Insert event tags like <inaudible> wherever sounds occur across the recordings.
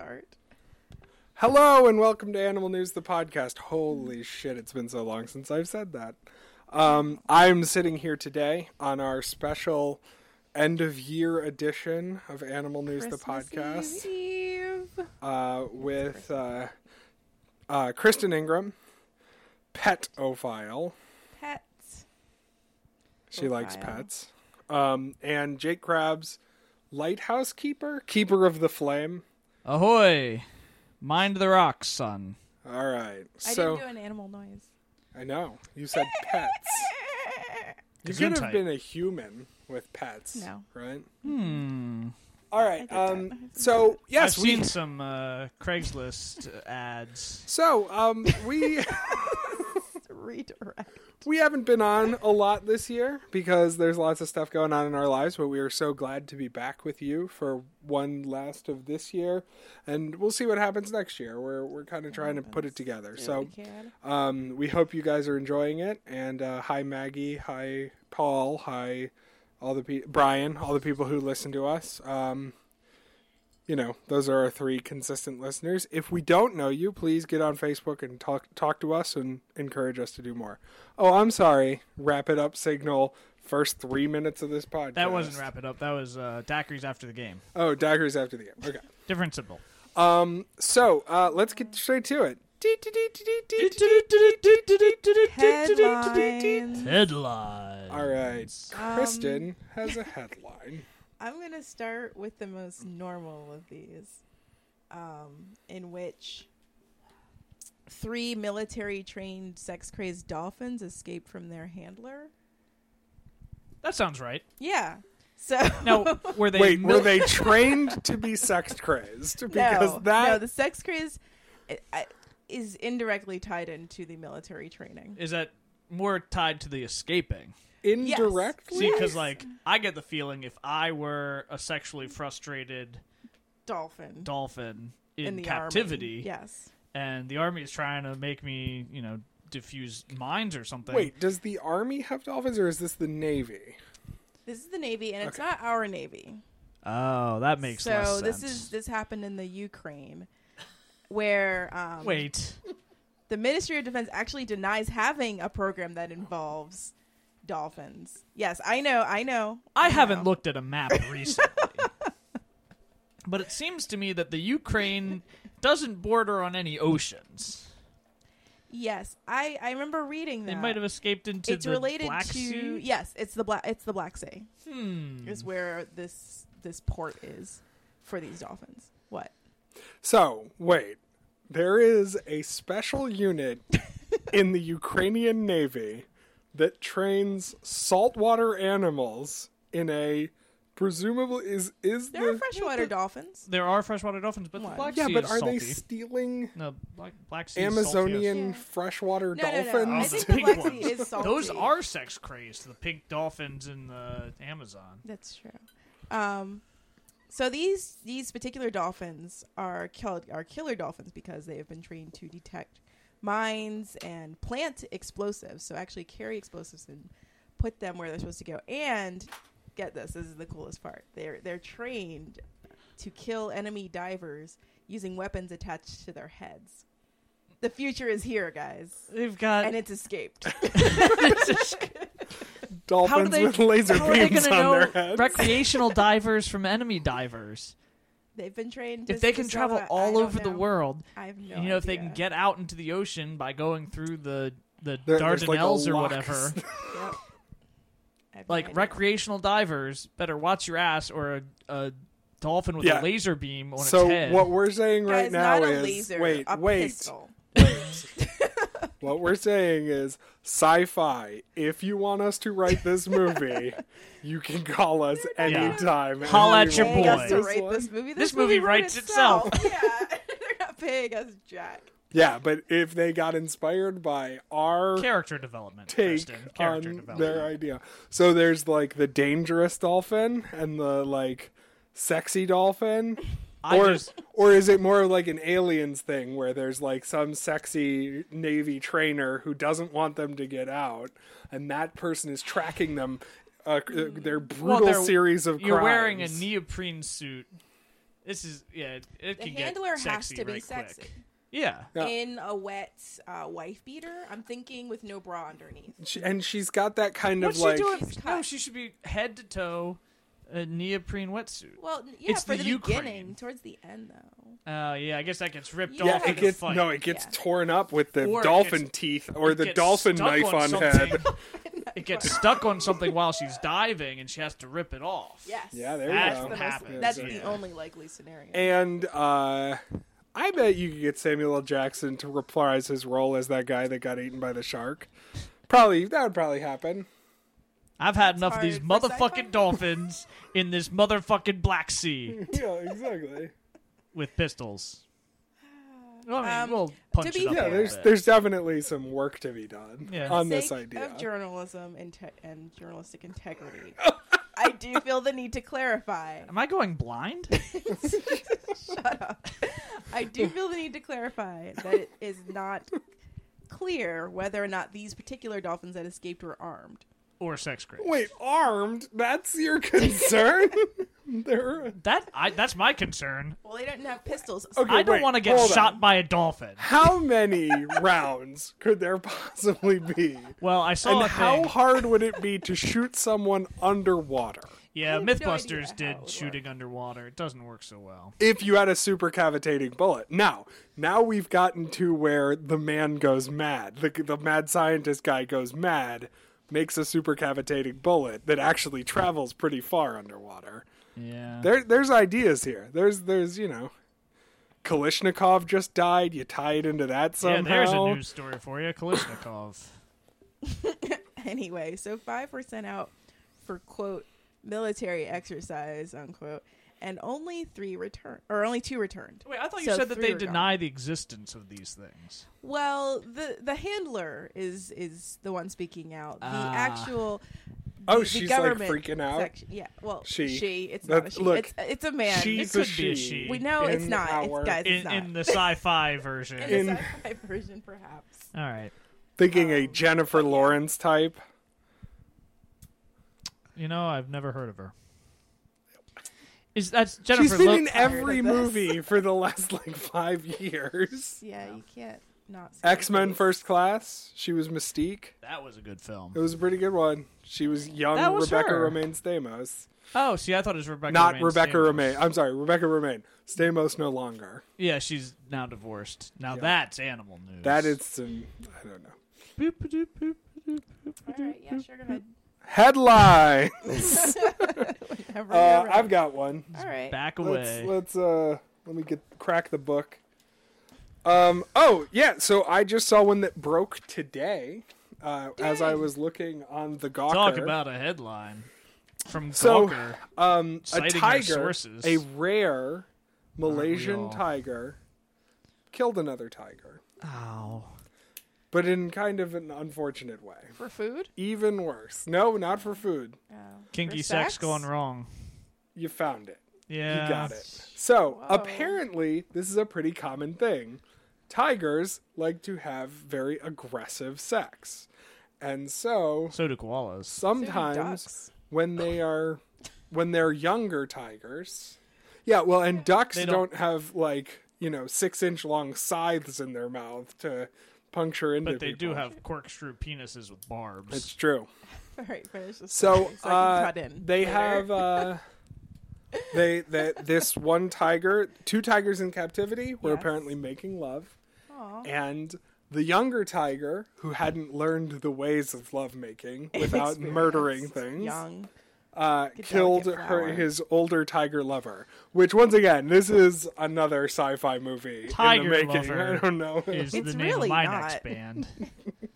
start. Hello and welcome to Animal News, the podcast. Holy shit, it's been so long since I've said that. Um, I'm sitting here today on our special end of year edition of Animal News, Christmas the podcast, Eve. uh, with uh, uh, Kristen Ingram, pet ophile. Pets. She likes Ophile. pets. Um, and Jake Krabs, lighthouse keeper, keeper of the flame. Ahoy! Mind the rocks, son. All right. I so didn't do an animal noise. I know you said pets. <laughs> You could have Gesundheit. been a human with pets. No. Right? Hmm. All right. did that. Um, so, yes, I've we. seen some uh, Craigslist <laughs> ads. So, um, we. <laughs> Redirect. we haven't been on a lot this year because there's lots of stuff going on in our lives, but we are so glad to be back with you for one last of this year, and we'll see what happens next year. We're we're kind of trying to put it together. So, <laughs> Kid. um, we hope you guys are enjoying it. And uh, hi Maggie, hi Paul, hi all the pe- Brian, all the people who listen to us. Um, you know, those are our three consistent listeners. If we don't know you, please get on Facebook and talk talk to us and encourage us to do more. Oh, I'm sorry. Wrap it up signal. First three minutes of this podcast. That wasn't wrap it up. That was uh, daiquiris after the game. Oh, daggers after the game. Okay. Different symbol. Um. So uh, let's get straight to it. Dee, dee, dee, dee, dee, dee. Headlines. Headline. All right. Um, Kristen <laughs> has a headline. I'm gonna start with the most normal of these, um, in which three military-trained sex-crazed dolphins escaped from their handler. That sounds right. Yeah. So <laughs> <laughs> Now, were they? Wait, were mil- they trained to be sex crazed? <laughs> Because no, no, that the sex craze i- I- is indirectly tied into the military training. Is that more tied to the escaping? indirectly. See, Yes. because like I get the feeling if I were a sexually frustrated Dolphin dolphin in, in, the army. captivity, Yes. and the army is trying to make me, you know, diffuse mines or something. Wait, does the army have dolphins, or is this the navy? This is the Navy, and it's not our Navy. Oh, that makes so less this sense. is this happened in the Ukraine, where um, Wait, the Ministry of Defense actually denies having a program that involves dolphins. Yes, I know, I know. I haven't know. looked at <laughs> a map recently, but it seems to me that the Ukraine doesn't border on any oceans. Yes, I I remember reading They that. might have escaped into it's the related Black to Sea. yes, it's the black it's the Black Sea. Hmm. is where this this port is for these dolphins. What? So wait, there is a <laughs> special unit in the Ukrainian navy that trains saltwater animals in a presumably is is There are the freshwater dolphins. There are freshwater dolphins, but the What? Black yeah, Sea but is are salty. they stealing No, Black, Black Sea is Amazonian Yeah. freshwater No, no, dolphins? no. I Oh, think the the pink Black Sea ones. is saltiest. salty. Those are sex crazed. The pink dolphins in the Amazon. That's true. Um, so these these particular dolphins are killed are killer dolphins because they have been trained to detect mines and plant explosives. So actually carry explosives and put them where they're supposed to go. And get this, this is the coolest part. They're they're trained to kill enemy divers using weapons attached to their heads. The future is here, guys. They've got. And it's escaped. Dolphins How do they- with laser how are they beams gonna on their know heads. recreational divers from enemy divers? They've been trained. if to- they to can sell travel that. I all don't over the know. world, I have no you know, if they idea. can get out into the ocean by going through the the There- there's like a Dardanelles or lock. <laughs> whatever, Yep. I have no like idea. recreational divers, better watch your ass or a, a dolphin with Yeah. a laser beam on So its head. what we're saying Guys, right now not a is laser, wait, a wait. <laughs> pistol. What we're saying is sci-fi. If you want us to write this <laughs> movie, you can call us anytime. and Holla we at your will Paying boy. do us to this write one. this movie. This movie wrote writes itself. <laughs> yeah, they're not paying us jack. Yeah, but if they got inspired by our character development, take Kristen. Character on development. their idea, so there's like the dangerous dolphin and the like sexy dolphin. I or, just or is it more like an aliens thing where there's like some sexy navy trainer who doesn't want them to get out and that person is tracking them uh, their brutal Mm. they're- series of you're crimes. wearing a neoprene suit This is yeah. It, it The can handler get has sexy to be right sexy. Quick. Yeah. Yeah. In a wet uh, wife beater, I'm thinking with no bra underneath. She, and she's got that kind What's of like she doing? She's No, cut. she should be head to toe, a neoprene wetsuit. Well, n- yeah, It's for the the, Ukraine. beginning, towards the end though. Oh yeah, I guess that gets ripped Yeah, yeah, off. in it the gets fight. no, it gets Yeah. torn up with the Or it dolphin gets- teeth or the Gets dolphin stuck knife on, <laughs> head. something. <laughs> it gets stuck on something while she's diving, and she has to rip it off. Yes. Yeah, there you that's go. the most- Happens, that's yeah. the only likely scenario. And uh, I bet you could get Samuel L. Jackson to reprise his role as that guy that got eaten by the shark. Probably that would probably happen. I've had enough of these hard for sci-fi. motherfucking dolphins in this motherfucking Black Sea <laughs> Yeah, exactly. with <sighs> pistols. Well, I mean, Um, we'll punch to it be up a Yeah, fair- little there's bit. there's definitely some work to be done Yeah. on sake this idea. of journalism and, te- and journalistic <laughs> integrity, I do feel the need to clarify. Am I going blind? Shut up. I do feel the need to clarify that it is not clear whether or not these particular dolphins that escaped were armed. or sex crave? Wait, armed? That's your <laughs> concern? there. That I, that's my concern. Well, they didn't have pistols. Okay, I don't wait, want to get hold on. shot by a dolphin. How many <laughs> rounds could there possibly be? Well, I saw And a how thing. hard would it be to shoot someone underwater? Yeah, have no idea MythBusters how it did would shooting underwater. It doesn't work so well. if you had a super cavitating bullet. Now, now we've gotten to where the man goes mad. The, the mad scientist guy goes mad, makes a super cavitating bullet that actually travels pretty far underwater. Yeah. There, there's ideas here. There's, there's, you know, Kalishnikov just died. You tie it into that yeah, somehow. there's a news story for you, Kalishnikov. Anyway, so five were sent out for quote military exercise unquote, and only three returned, or only two returned. Wait, I thought you So said that three they are gone. deny the existence of these things. Well, the the handler is is the one speaking out. The Ah. actual Oh, the she's like government freaking out. section- yeah, well, She. she. It's That- not a she. look, it's, it's a man. She's could a be she. a she. we know it's in not. our- It's guys. It's In, not. in the sci-fi <laughs> version. In in- the sci-fi version, perhaps. All right. Thinking a Jennifer Lawrence type. You know, I've never heard of her. Is that's Jennifer? She's been Lo- in tired every of this. movie for the last like five years. Yeah, you can't not. see X Men her. First Class. She was Mystique. that was a good film. It was a pretty good one. She was young That was Rebecca her. Romaine Stamos. Oh, see, I thought it was Rebecca. Not Romaine Rebecca Stamos. Romaine. I'm sorry, Rebecca Romaine. Stamos no longer. Yeah, she's now divorced. Now that's animal news. That is some. I don't know. Boop, boop, boop, boop. All right, yeah, sure, go ahead. Headline. <laughs> Whenever uh, you're I've ready. got one. All right. Back away. Let's let's uh let me get crack the book. Um. Oh yeah. So I just saw one that broke today. Uh, as I Dang. was looking on the Gawker. Talk about a headline from So, Gawker. um, a Citing your tiger, sources. a rare Malaysian all? tiger, killed another tiger, Ow. but in kind of an unfortunate way. For food, Even worse. No, not for food. oh. Kinky For sex? going wrong. You found it. Yeah. You got it. So Whoa. apparently, this is a pretty common thing. Tigers like to have very aggressive sex, and so So do koalas. sometimes ducks. <laughs> when they are when they're younger tigers yeah well and ducks They don't, don't- have like you know six inch long scythes in their mouth to puncture into But they do people. have corkscrew penises with barbs. <laughs> it's true All right, finish this. so, story so I uh, can cut in they later. <laughs> have uh they that this one tiger two tigers in captivity were Yes. apparently making love Aw. and the younger tiger who hadn't learned the ways <laughs> of lovemaking without murdering Experienced, things Young. uh, Good killed delicate her flower. his older tiger lover. Which once again, this is another sci-fi movie. in Tiger the making. <laughs> Lover I don't know. Is It's the name really of my not. next band. <laughs>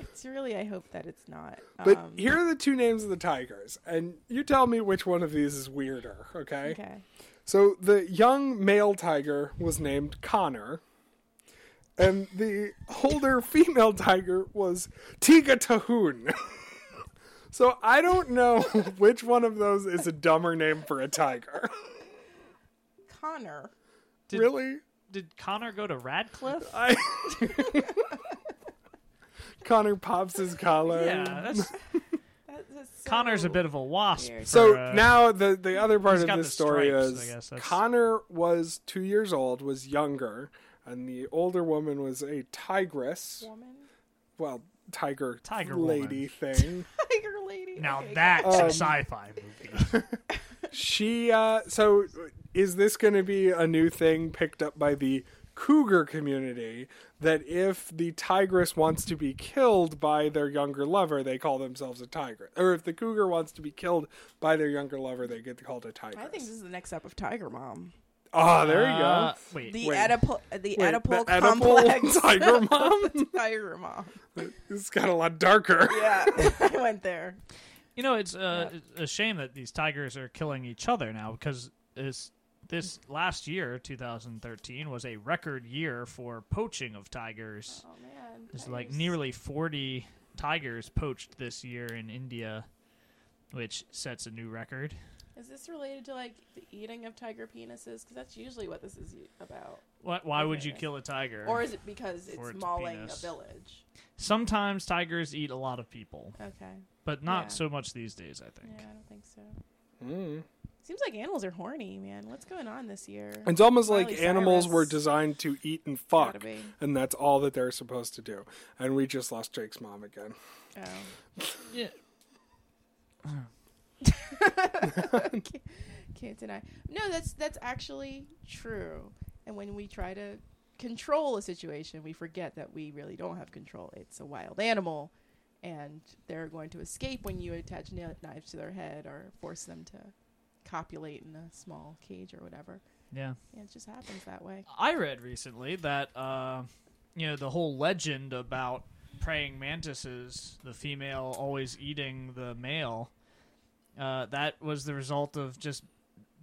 It's really. I hope that it's not. but um, here are the two names of the tigers, and you tell me which one of these is weirder, okay? Okay. So the young male tiger was named Connor, and the older <laughs> female tiger was Tiga Tahoon. <laughs> so I don't know <laughs> which one of those is a dumber name for a tiger. Connor. Did- really? Did Connor go to Radcliffe? I... <laughs> Connor pops his collar. Um, Yeah, that's That- That's Connor's a bit of a wasp. Weird. So for, uh, now the the other part he's of got this the story stripes, I is guess, that's- Connor was two years old, was younger, and the older woman was a tigress. <laughs> woman, Well, tiger, Tiger lady thing. tiger lady. now Okay, that's got it. a Um, sci-fi movie. she uh, so is this going to be a new thing picked up by the cougar community that if the tigress wants to be killed by their younger lover, they call themselves a tigress, or if the cougar wants to be killed by their younger lover, they get called a tigress. I think this is the next step of Tiger Mom. Ah, <laughs> there you go. Uh, wait, The Wait. Oedipal, the Wait, Oedipal the Oedipal complex. <laughs> <laughs> Tiger Mom? The Tiger Mom. This got a lot darker. Yeah, <laughs> I went there. you know it's uh, a shame that these tigers are killing each other now because this this last year, 2013, was a record year for poaching of tigers. Oh man, There's like nearly 40 tigers poached this year in India, which sets a new record. Is this related to like the eating of tiger penises? Because that's usually what this is about. Why, why would you Okay. kill a tiger? Or is it because it's For its mauling penis. a village? Sometimes tigers eat a lot of people, Okay. but not Yeah. so much these days, I Yeah, think. I don't think so. Mm. Seems like animals are horny, man. What's going on this year? It's almost Miley like animals Cyrus. were designed to eat and Gotta fuck, be. and that's all that they're supposed to do. And we just lost Jake's mom again. Oh. Yeah. <laughs> can't, can't deny. No, that's that's actually true. And when we try to control a situation, we forget that we really don't have control. It's a wild animal, and they're going to escape when you attach nail- knives to their head or force them to copulate in a small cage or whatever. yeah. Yeah, it just happens that way. I read recently that uh, you know the whole legend about praying mantises, the female always eating the male, uh, that was the result of just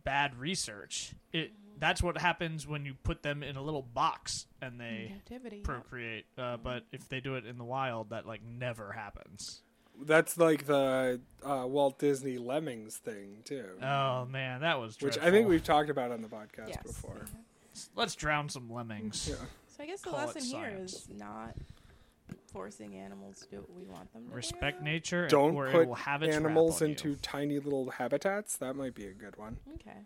bad research. It that's what happens when you put them in a little box and In they captivity. yeah. procreate. Uh, but if they do it in the wild, that like never happens. That's like the uh, Walt Disney Lemmings thing too, Oh man, that was which dreadful. I think we've talked about on the podcast Yes. before. yeah. let's drown some lemmings. Yeah. So I guess the Call it lesson here science. is not forcing animals to do what we want them to Respect do. nature. and- Don't or it put will have its wrath Animals on you. into tiny little habitats. That might be a good one. Okay.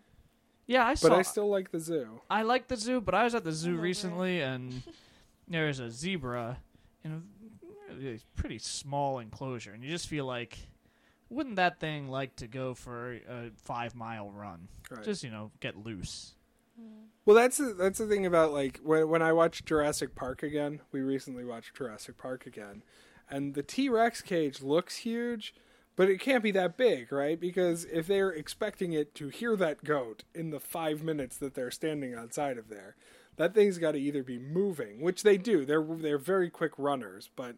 yeah. I But saw. I still like the zoo. I like the zoo, but I was at the zoo over it. recently, and there was a zebra in a really pretty small enclosure, and you just feel like, wouldn't that thing like to go for a five mile run? Right. Just you know, get loose. Well, that's the, that's the thing about like when when I watched Jurassic Park again. We recently watched Jurassic Park again, and the T Rex cage looks huge, but it can't be that big, right? Because if they're expecting it to hear that goat in the five minutes that they're standing outside of there, that thing's got to either be moving, which they do. They're they're very quick runners, but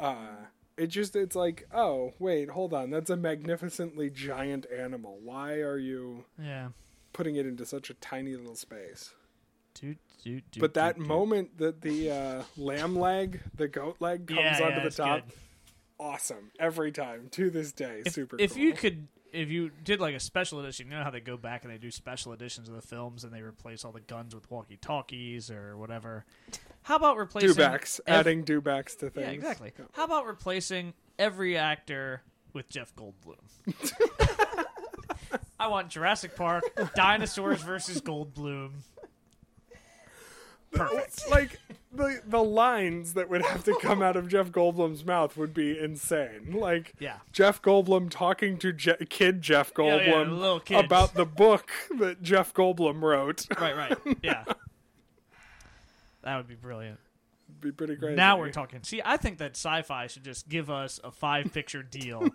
uh, it just it's like, oh wait, hold on, that's a magnificently giant animal. Why are you Yeah. putting it into such a tiny little space? Doot, doot, doot, But that doot, doot. moment that the uh, lamb leg, the goat leg, comes Yeah, onto yeah, the it's top, good. awesome every time to this day. If, super. if cool. you could, if you did like a special edition, you know how they go back and they do special editions of the films and they replace all the guns with walkie talkies or whatever. How about replacing dewbacks, ev- adding dewbacks to things. Yeah, exactly. Yeah. How about replacing every actor with Jeff Goldblum? <laughs> I want Jurassic Park, dinosaurs versus Goldblum. Perfect. <laughs> Like the the lines that would have to come out of Jeff Goldblum's mouth would be insane. Like Yeah. Jeff Goldblum talking to Je- kid Jeff yeah, Goldblum little kids. about the book that Jeff Goldblum wrote. Right, right. <laughs> Yeah. That would be brilliant. be pretty great. Now we're talking. See, I think that sci-fi should just give us a five-picture <laughs> deal,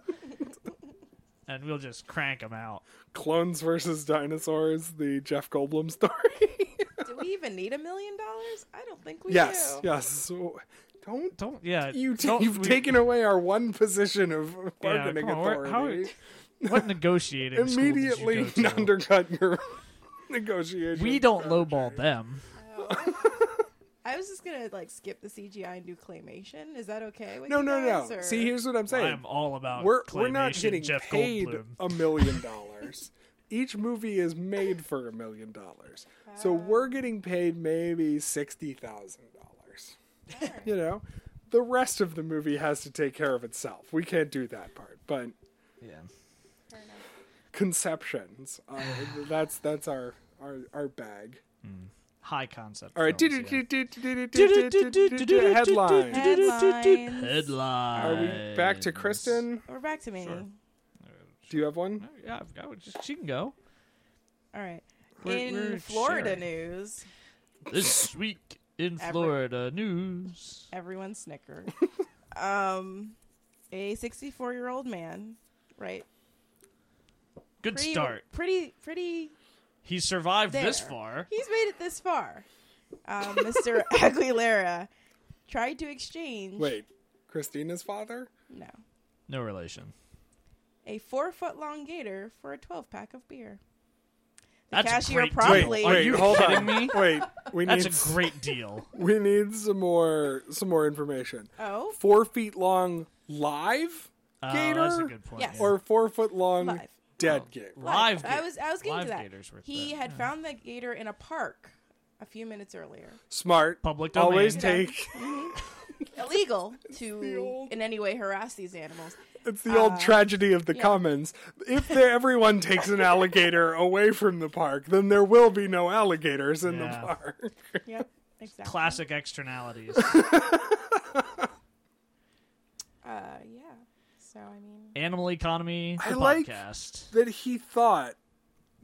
and we'll just crank them out. clones versus dinosaurs, the Jeff Goldblum <laughs> story. do we even need a million dollars? I don't think we yes, do. yes. So, don't Don't. Yeah. You don't- have we- taken away our one position of bargaining come on, we're- authority. how- <laughs> What negotiating? school did you Immediately go to? <laughs> undercut your negotiation. We don't lowball them. I was just gonna like skip the CGI and do claymation. Is that okay? With No, you no, guys, no. Or... See, here's what I'm saying. I'm all about. we're we're not claymation getting Jeff paid Goldblum. a million dollars. Each movie is made for a million dollars, so we're getting paid maybe sixty thousand dollars. You know, the rest of the movie has to take care of itself. We can't do that part, but Yeah. Fair enough. conceptions. Uh, <sighs> that's that's our our, our bag. High concept. All right, films, yeah. headline. Headlines. Are we back to Headlines. Kristen? We're back to me. Sure. Do you have one? Yeah, I've got. She can go. All right. We're- in we're Florida sharing. news, This week in Every- Florida news. everyone <laughs> snicker. um, a 64 year old man, right? Good Pretty- start. Pretty, pretty. He survived this There. far. He's made it this far. Um, <laughs> Mr. Aguilera tried to exchange. Wait, Christina's father? No. No relation. A four foot long gator for a 12 pack of beer. The That's a cashier great deal. promptly. Wait, Are wait, you hold kidding on. <laughs> me? Wait, we <laughs> That's need a great deal. we need some more some more information. Oh, Four feet long live Oh, gator, that's a good point. Yes. or four foot long Live. Oh. dead gator? live. I gator. was I was getting live to that. gators were He better. had found the gator in a park a few minutes earlier. Smart. Public Always domain. take. <laughs> Illegal the to old- in any way harass these <laughs> animals. It's the Uh, old tragedy of the commons. If the, everyone takes an <laughs> alligator away from the park, then there will be no alligators in Yeah. the park. <laughs> Yep, exactly. Classic externalities. Uh, yeah. So I mean, Animal economy. The I like- podcast. that he thought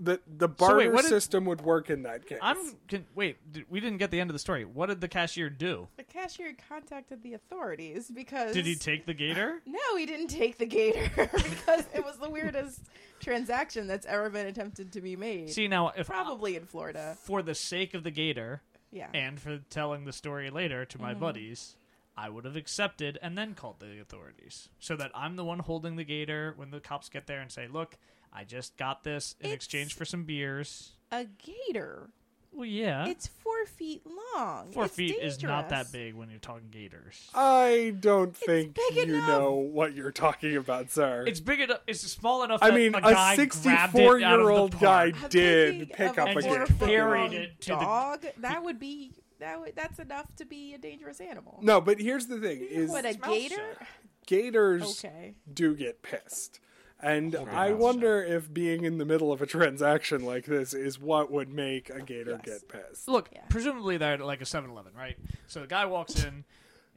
that the barter what did- system would work in that case. I'm can, wait. d we didn't get the end of the story. What did the cashier do? the cashier contacted the authorities because Did he take <laughs> the gator? no, he didn't take the gator <laughs> because it was the weirdest transaction that's ever been attempted to be made. See now, if Probably in Florida. for the sake of the gator Yeah. Mm-hmm. and for telling the story later to my buddies, I would have accepted and then called the authorities so that I'm the one holding the gator when the cops get there and say, "Look, I just got this in It's- exchange for some beers." A gator. Well, yeah, It's four feet long. four It's feet is not dangerous. that big when you're talking gators. I don't think big you enough. know what you're talking about, sir. It's big enough. It's small enough. I that mean, a a guy grabbed it out of the 64-year-old guy park. I'm did thinking pick of up And a foot gator. just carried it to the- <laughs> dog. That would be that would that's enough to be a dangerous animal. No, but here's the thing: is what a mouth gator? shut. gators Okay. do get pissed. And your I mouth wonder if being in the middle of a <laughs> transaction like this is what would make a gator Yes. get pissed. Look, Yeah. presumably they're at like a 7-Eleven, right? So the guy walks in,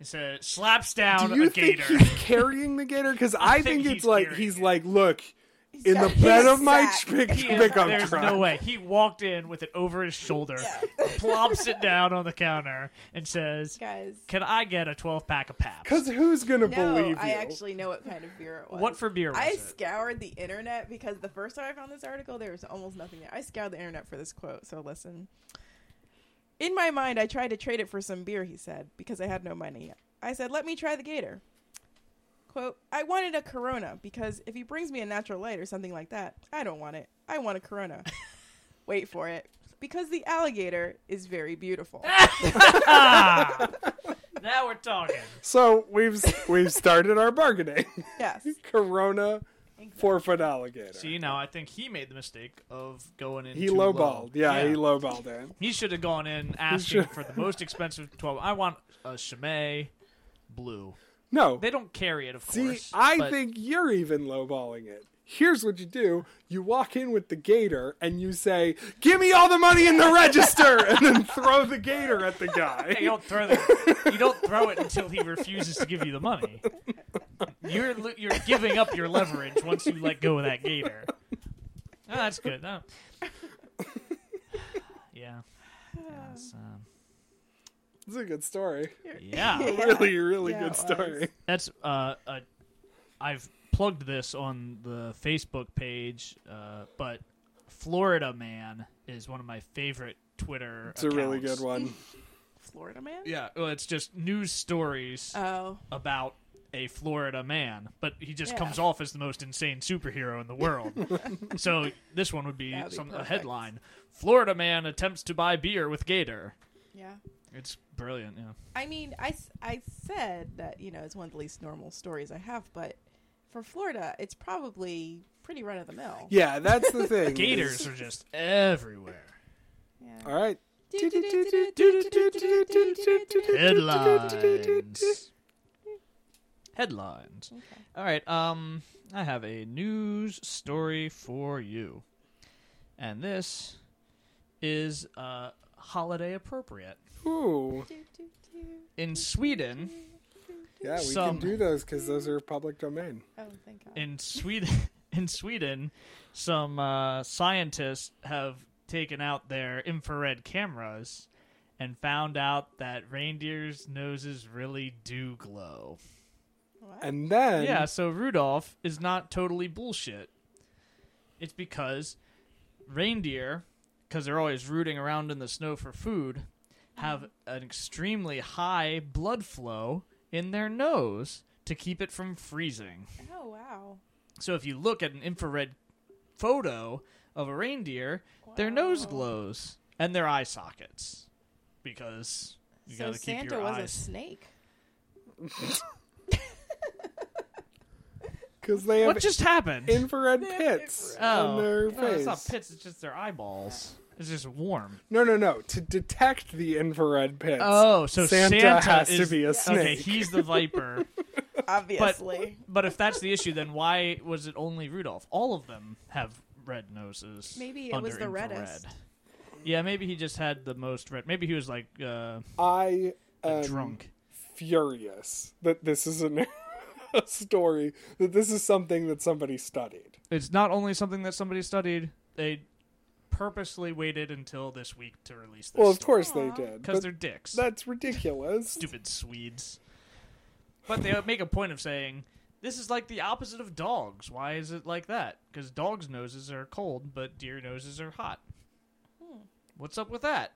he says, slaps down Do you a think gator. he's carrying the gator? <laughs> Because I, think think, he's it's like carrying he's it. like, look, in the got his bed of my <laughs> sack. pick, He is- pickup there's truck. no way. He walked in with it over his shoulder, plops it down on the counter, and says, Guys. "Can I get a 12 pack of Pabst?" Because who's gonna No, believe you? I actually know what kind of beer it was. What for beer was I it? scoured the internet because the first time I found this article, there was almost nothing there. I scoured the internet for this quote, so listen. In my mind, I tried to trade it for some beer, he said, because I had no money. I said, let me try the gator. Quote, I wanted a Corona because if he brings me a natural light or something like that, I don't want it. I want a <laughs> Corona. Wait for it. Because the alligator is very <laughs> beautiful. Ah! now we're talking. So we've we've started our bargaining. <laughs> yes. Corona, four foot alligator. See, now I think he made the mistake of going in. he too lowballed. low. Yeah, he lowballed it. He should have gone in asking should- for the most expensive 12. I want a Chimay Blue. No. They don't carry it, of See, course. I but- think you're even lowballing it. Here's what you do: you walk in with the gator and you say, "Give me all the money in the <laughs> register," and then throw the gator at the guy. Yeah, you don't throw the, you don't throw it until he refuses to give you the money. You're lo- you're giving up your leverage once you let go of that gator. Oh, that's good. Oh. <sighs> Yeah. Yes, um, It's a good story. yeah. Really, really Yeah, it good was. story. That's uh, a, I've plugged this on the Facebook page, uh, but Florida Man is one of my favorite Twitter. It's a really good accounts. one. Florida man? Yeah, well, it's just news stories Oh. about a Florida man, but he just Yeah. comes off as the most insane superhero in the world. <laughs> so this one would be, That'd be some a perfect. headline: Florida man attempts to buy beer with Gator. Yeah. It's <laughs> brilliant. Yeah, I mean, I, s- I said that, you know, it's one of the least normal stories I have, but for Florida, it's probably pretty run of the mill. Yeah, that's <laughs> the thing. gators are just everywhere. All right. <laughs> Headlines. headlines. Okay. All right. Um, I have a news story for you, and this is uh, holiday appropriate. Ooh. Do, do, do. In Sweden, Yeah, we Some. can do those because those are public domain. Oh, thank God. in Sweden, <laughs> in Sweden, some uh, scientists have taken out their infrared cameras and found out that reindeers' noses really do glow. What? And then yeah, so Rudolph is not totally bullshit. It's because reindeer, because they're always rooting around in the snow for food, have an extremely high blood flow in their nose to keep it from freezing. Oh wow. So if you look at an infrared photo of a reindeer, their nose Wow. glows and their eye sockets because you so gotta keep Santa your was a <laughs> eyes. snake. because they have What just happened? infrared They have pits infrared- on Oh. their No, it's face. not pits. It's just their eyeballs. It's just warm. No, no, no. To detect the infrared pits. Oh, so Santa Santa, has to is- be a Okay, snake. he's <laughs> the Viper. Obviously. but if that's the issue, then why was it only Rudolph? All of them have red noses. Maybe it was under the infrared. reddest. Yeah, maybe he just had the most red. Maybe he was like uh, I am drunk. furious that this is a, <laughs> a story, that this is something that somebody studied. It's not only something that somebody studied. They purposely waited until this week to release this. Well, of course Aw. they did. because But they're dicks. that's ridiculous. stupid Swedes. But they uh, make a point of saying this is like the opposite of dogs. Why is it like that? Because dogs' noses are cold, but deer noses are hot. What's up with that?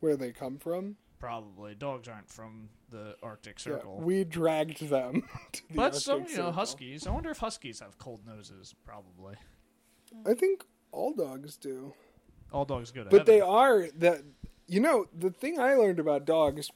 Where they come from. Probably dogs aren't from the Arctic Yeah, Circle, we dragged them <laughs> to the but some Arctic you know Circle. huskies. I wonder if huskies have cold noses. Probably I think all dogs do. all dogs go to But they heaven. are the you know, the thing I learned about dogs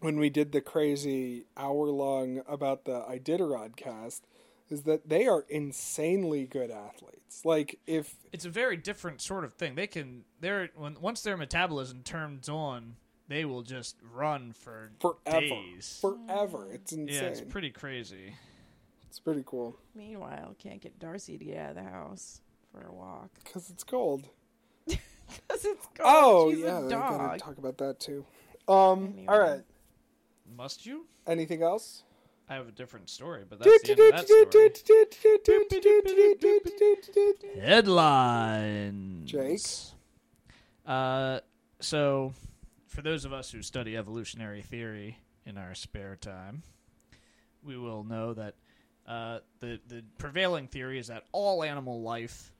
when we did the crazy hour long about the Iditarod cast is that they are insanely good athletes. Like if It's a very different sort of thing. They can they're when once their metabolism turns on, they will just run for forever. days. Forever. It's insane. yeah, it's, it's pretty- pretty crazy. cool. Meanwhile, can't get Darcy to get out of the house for a walk <laughs> Because it's cold. because it's cold. Oh, She's yeah, a we gotta dog. talk about that too. Um Anyway. all right. Must you? Anything else? I have a different story, but that's the end of that story. Headlines. Jake? Uh, so, for those of us who study evolutionary theory in our spare time, we will know that uh, the the prevailing theory is that all animal life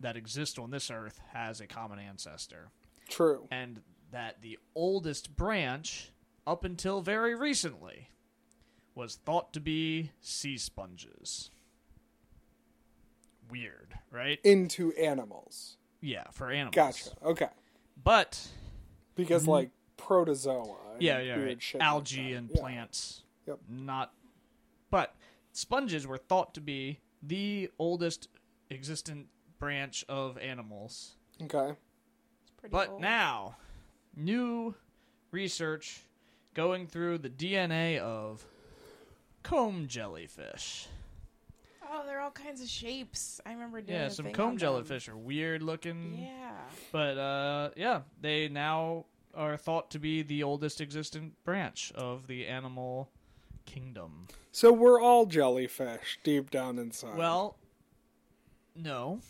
that exists on this earth has a common ancestor. True. and that the oldest branch, up until very recently, was thought to be sea sponges. Weird, right? Into animals. Yeah, for animals. Gotcha. Okay. But Because like protozoa. and Mm-hmm. yeah, yeah, weird right. shit like algae that. and Yeah. plants. Yep. Not, but sponges were thought to be the oldest existent branch of animals. Okay. It's pretty But old. now, new research going through the DNA of comb jellyfish. oh, they're all kinds of shapes. I remember doing Yeah, a some thing comb on them. jellyfish are weird looking, Yeah, but uh, yeah, they now are thought to be the oldest existent branch of the animal kingdom. So we're all jellyfish deep down inside. Well, no,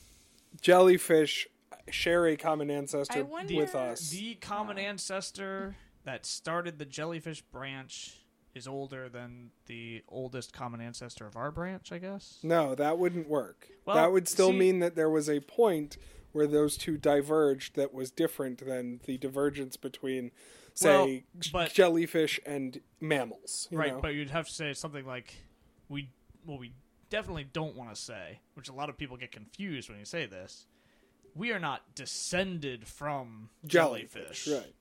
jellyfish share a common ancestor I wonder- with us. the common ancestor that started the jellyfish branch is older than the oldest common ancestor of our branch, I guess. No, that wouldn't work. Well, that would still see- mean that there was a point where those two diverged that was different than the divergence between say Well, but- jellyfish and mammals. you right know? but you'd have to say something like we well we definitely don't want to say which a lot of people get confused when you say this we are not descended from jellyfish, Right.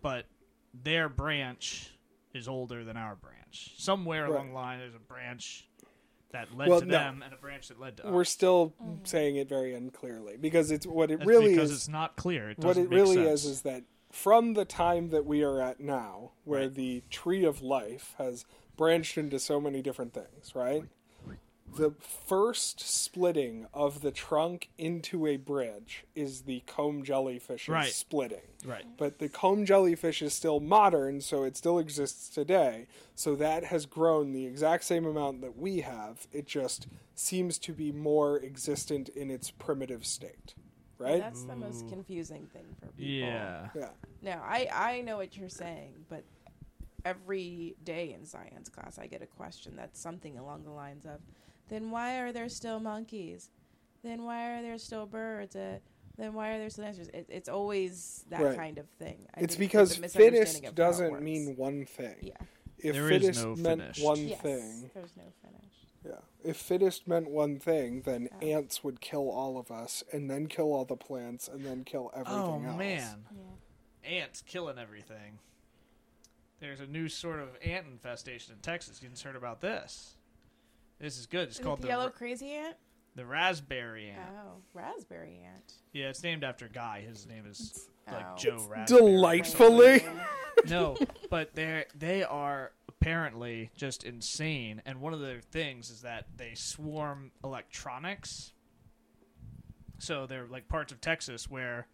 but their branch is older than our branch somewhere along Right. the line there's a branch that led Well, to no. them and a branch that led to We're us still saying it very unclearly because it's what it That's really because is it's not clear it what doesn't it really make sense. is is that from the time that we are at now, where Right. the tree of life has branched into so many different things, right? The first splitting of the trunk into a bridge is the comb jellyfish's Right. splitting. Right. But the comb jellyfish is still modern, so it still exists today. So that has grown the exact same amount that we have. It just seems to be more existent in its primitive state, right? That's the most confusing thing for people. Mm. Yeah. yeah. No, I I know what you're saying, but every day in science class I get a question that's something along the lines of, then why are there still monkeys? Then why are there still birds? Uh, then why are there still dinosaurs? It, it's always that Right. kind of thing. I It's think because a misunderstanding of how fittest it doesn't works. mean one thing. yeah. If There is fittest no meant finished. one Yes, thing, there's no finish. yeah. If fittest meant one thing, then Yeah. ants would kill all of us, and then kill all the plants, and then kill everything Oh else. man, Yeah. ants killing everything. There's a new sort of ant infestation in Texas. You just heard about this. This is good. It's Is it called the the yellow ra- crazy ant? the raspberry ant. Oh, raspberry ant. Yeah, it's named after a guy. His name is like Oh. Joe It's Raspberry. Delightfully. no, but they they are apparently just insane. And one of their things is that they swarm electronics. So they're like parts of Texas where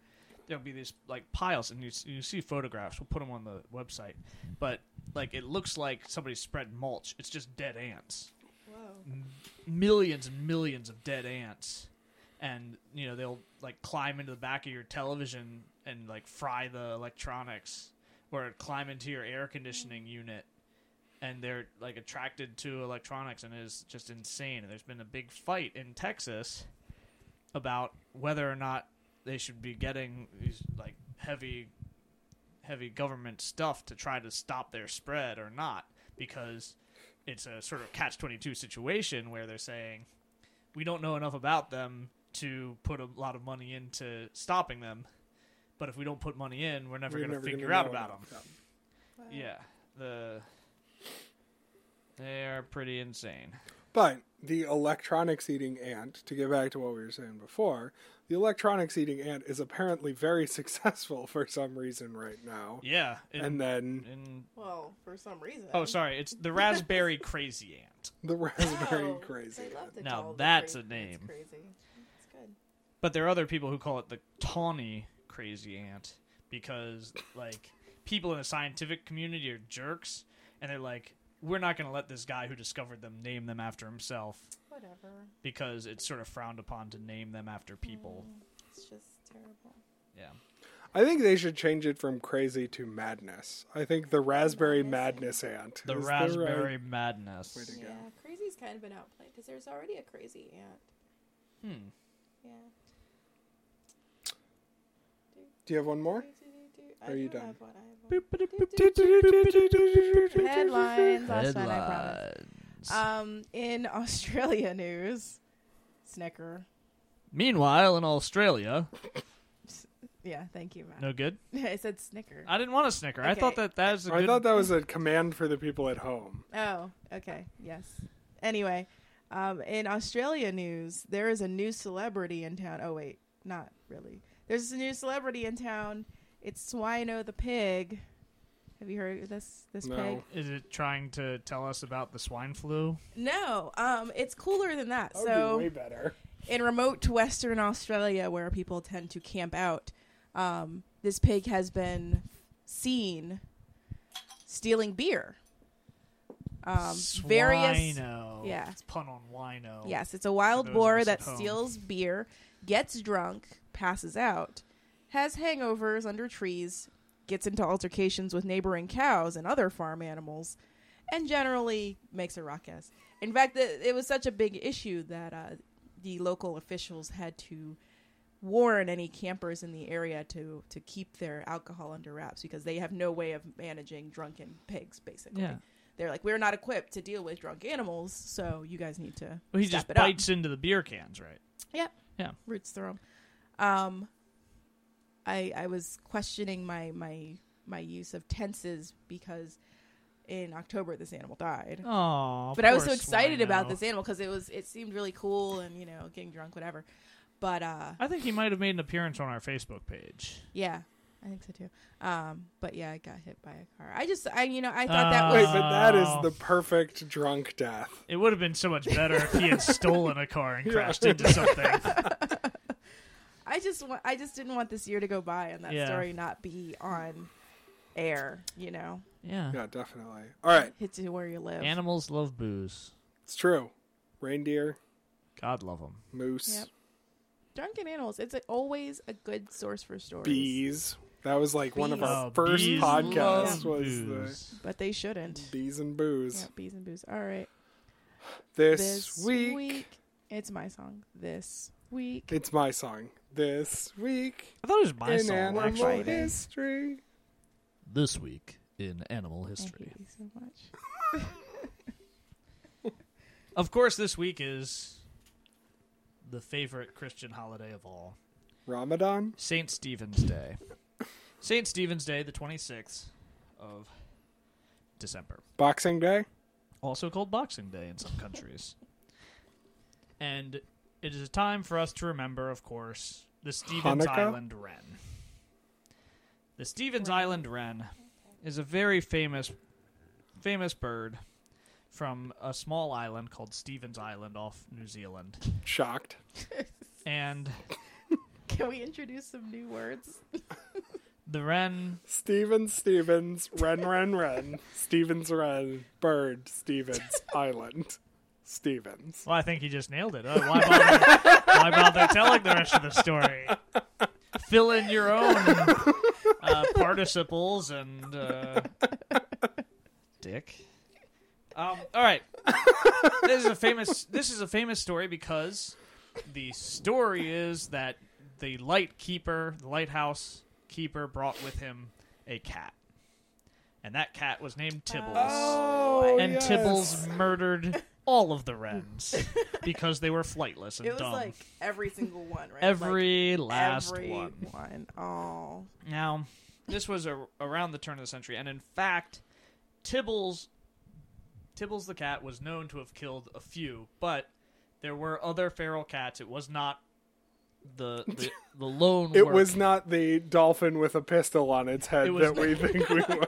there'll be these like piles, and you s- you see photographs. We'll put them on the website, but like it looks like somebody spread mulch. It's just dead ants Whoa. millions and millions of dead ants and you know they'll like climb into the back of your television and like fry the electronics or climb into your air conditioning unit and they're like attracted to electronics and it is just insane and there's been a big fight in Texas about whether or not they should be getting these like heavy heavy government stuff to try to stop their spread or not because it's a sort of catch 22 situation where they're saying we don't know enough about them to put a lot of money into stopping them but if we don't put money in we're never We're going to never gonna figure out know about them enough. Yeah. Wow. yeah, the they are pretty insane. But the electronics eating ant, to get back to what we were saying before, the electronics eating ant is apparently very <laughs> successful for some reason right now. Yeah, in, And then in- Well, for some reason. oh, sorry, it's the raspberry crazy ant. the raspberry Oh, crazy. they love to Now call the that's crazy- a name. That's crazy. That's good. But there are other people who call it the tawny crazy ant because like people in the scientific community are jerks, and they're like, we're not going to let this guy who discovered them name them after himself Whatever. because it's sort of frowned upon to name them after people. It's just terrible. Yeah. I think they should change it from crazy to madness. I think the raspberry madness ant. The is right- raspberary madness. Way to Yeah, go. crazy's kind of been outplayed because there's already a crazy ant. Hmm. Yeah. Do you have one more? Do-do-do-do. Are I you do done? have one. Hmm. I have one. Headlines. Last one, I promise. Um, in <laughs> Australia news, Snicker. Meanwhile, in Australia, Yeah, thank you, Matt. no good. <laughs> I said Snicker. I didn't want a snicker. I Okay. thought that that was a I good. thought that was a command for the people at home. Oh, okay. Yes. Anyway, um, in Australia news, there is a new celebrity in town. Oh, wait, not really. There's a new celebrity in town. It's Swino the pig. Have you heard of this this No. pig? Is it trying to tell us about the swine flu? No. Um, it's cooler than that. That would so be way better. in remote Western Australia, where people tend to camp out, um, this pig has been seen stealing beer. Um, various. Swino. yeah. It's a pun on wino. Yes, it's a wild those of boar us that at home. steals beer, gets drunk, passes out, has hangovers under trees, gets into altercations with neighboring cows and other farm animals, and generally makes a ruckus. In fact, the, it was such a big issue that uh, the local officials had to warn any campers in the area to to keep their alcohol under wraps because they have no way of managing drunken pigs basically. Yeah. They're like we're not equipped to deal with drunk animals, so you guys need to Well, he step just it up bites into the beer cans, right? roots through 'em. Um, I I was questioning my my my use of tenses because in October this animal died. Oh. but I was so excited about this animal because it was it seemed really cool and you know getting drunk whatever. But uh, I think he might have made an appearance on our Facebook page. yeah, I think so too. Um, but yeah, I got hit by a car. I just, I you know, I thought that Uh, Wait, was but that is Oh. the perfect drunk <laughs> death. It would have been so much better if he <laughs> had stolen a car and crashed into something. I just wa- I just didn't want this year to go by and that Yeah. story not be on air, you know, Yeah. Yeah, definitely. All right, hit to where you live. Animals love booze. it's true. Reindeer, God love them. moose, Yep. Drunken animals. It's a, always a good source for stories, bees. That was like one of our Oh, first bees podcasts love was booze. but they shouldn't. the bees and booze. Yeah, bees and booze. All right, This, week, it's my song. This week, it's my song. This week I thought it was my in song, animal actually. Friday. history. This week in animal I hate history. you so much. Of course, this week is the favorite Christian holiday of all Ramadan. St. Stephen's Day. St. Stephen's Day, the 26th of December. Boxing Day. also called Boxing Day in some countries. and it is a time for us to remember, of course, the Stevens Hanukkah? Island wren. The Stevens Island wren is a very famous famous bird from a small island called Stevens Island off New Zealand. Shocked. And Can we introduce some new words? the wren Steven Stevens, Ren Ren Ren, Stevens Ren, Bird, <laughs> Stevens, Island, Stevens. Well, I think he just nailed it. Uh, why, bother, why bother telling the rest of the story? Fill in your own uh, participles and uh, dick. Um, all right, this is a famous. This is a famous story because the story is that the light keeper, the lighthouse keeper, brought with him a cat, and that cat was named Tibbles Oh, and yes. <laughs> Tibbles murdered all of the wrens because they were flightless and It was dumb. like every single one, right? every Like, last every one. one. Oh, Now, this was a, around the turn of the century, and in fact, Tibbles, Tibbles the cat was known to have killed a few, but there were other feral cats. It was not the the, <laughs> the lone. It work. was not the dolphin with a pistol on its head It was that <laughs> we think we were.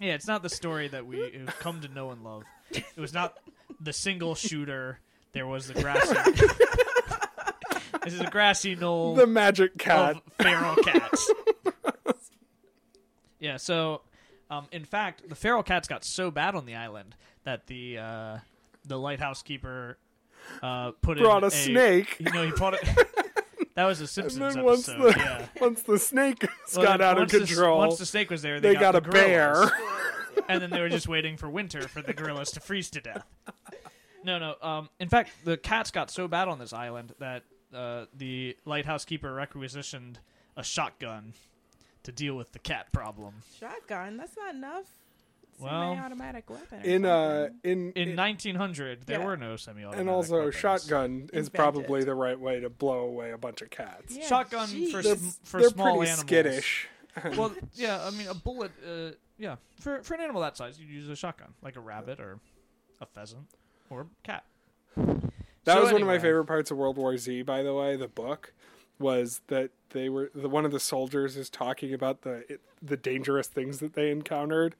Yeah, it's not the story that we have come to know and love. It was not the single shooter. There was the grassy. this is a grassy knoll The magic cat. of feral cats. yeah, so um, in fact, the feral cats got so bad on the island that the uh, the lighthouse keeper uh, put Brought in a snake. <laughs> You know, he brought it. <laughs> that was a Simpsons then once episode. the- yeah. Once the snake Well, got then out of once the s- control, once the snake was there, they, they, got, a the gorillas bear. <laughs> and then they were just waiting for winter for the gorillas to freeze to death. No, no. Um, in fact, the cats got so bad on this island that uh, the lighthouse keeper requisitioned a shotgun to deal with the cat problem. shotgun. That's not enough. Well, automatic weapon. or In uh, something. in, In in 1900, there Yeah. were no semi-automatic. and also weapons. shotgun is Invented. probably the right way to blow away a bunch of cats. Yeah, Shotgun for They're, jeez. sm- for they're small pretty animals. skittish. Well, yeah. I mean, a bullet. Uh, yeah, for for an animal that size, you'd use a shotgun, like a rabbit or a pheasant or a cat. That So was one of my anyway. favorite parts of World War Z, by the way. The book was that they were the one of the soldiers is talking about the it, the dangerous things that they encountered,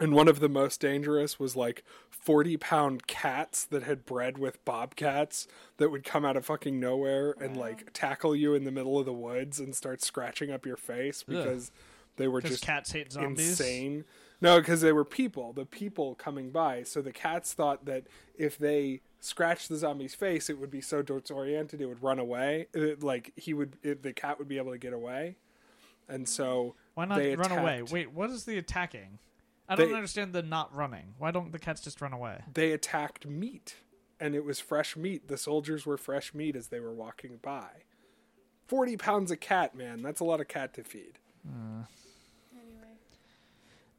and one of the most dangerous was like forty pound cats that had bred with bobcats that would come out of fucking nowhere and like tackle you in the middle of the woods and start scratching up your face because they were Because just cats hate zombies. insane. No, because they were people, the people coming by. So the cats thought that if they scratched the zombie's face, it would be so disoriented it would run away. It- like he would, it, the cat would be able to get away. And so Why not they run away? attacked- Wait, what is the attacking? I don't They- understand the not running. Why don't the cats just run away? They attacked meat, and it was fresh meat. The soldiers were fresh meat as they were walking by. Forty pounds of cat, man. That's a lot of cat to feed.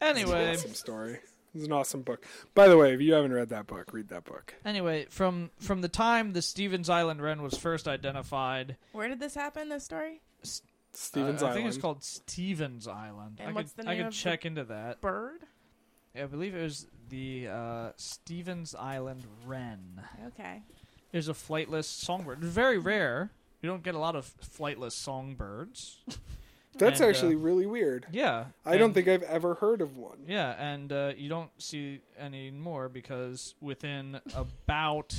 Anyway, Awesome story. It's an awesome book. By the way, if you haven't read that book, read that book. anyway, from from the time the Stevens Island wren was first identified, Where did this happen? This story? Stevens uh, I Island. think it's called Stevens Island. And I what's could, the I name could of the- check into that. Bird. I believe it was the uh, Stevens Island wren. Okay. There's a flightless songbird. Very rare. You don't get a lot of flightless songbirds. That's And, uh, actually really weird. Yeah. I don't and- think I've ever heard of one. Yeah, and uh, you don't see any more because within about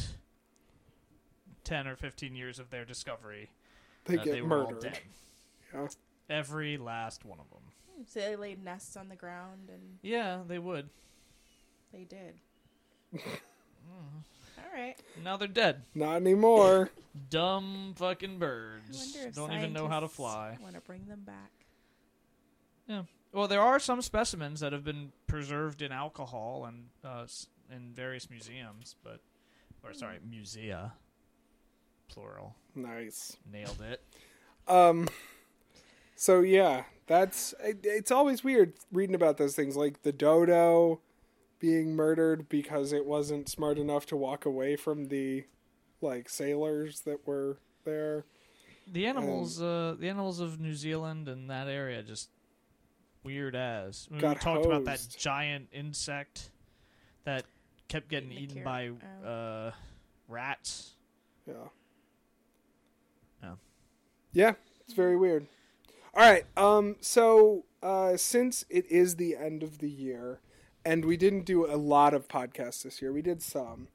ten or fifteen years of their discovery, They uh, get they were all murdered. dead. Yeah. Every last one of them. So they laid nests on the ground, and Yeah, they would. they did. <laughs> All right. Now they're dead. Not anymore. <laughs> Dumb fucking I birds. wonder if Don't even know how to fly. Want to bring them back? Well, there are some specimens that have been preserved in alcohol and uh, s- in various museums, but or sorry, Hmm. musea, plural. nice. Nailed it. Um. So yeah, that's it, it's always weird reading about those things like the dodo being murdered because it wasn't smart enough to walk away from the like sailors that were there. The Um, animals, uh, the animals of New Zealand and that area, just weird as. When we Got talked about that hosed. giant insect that kept getting Eating the eaten by carrot. Oh. uh, rats. Yeah. Yeah. Yeah, it's very weird. All right. Um so uh since it is the end of the year and we didn't do a lot of podcasts this year, we did some.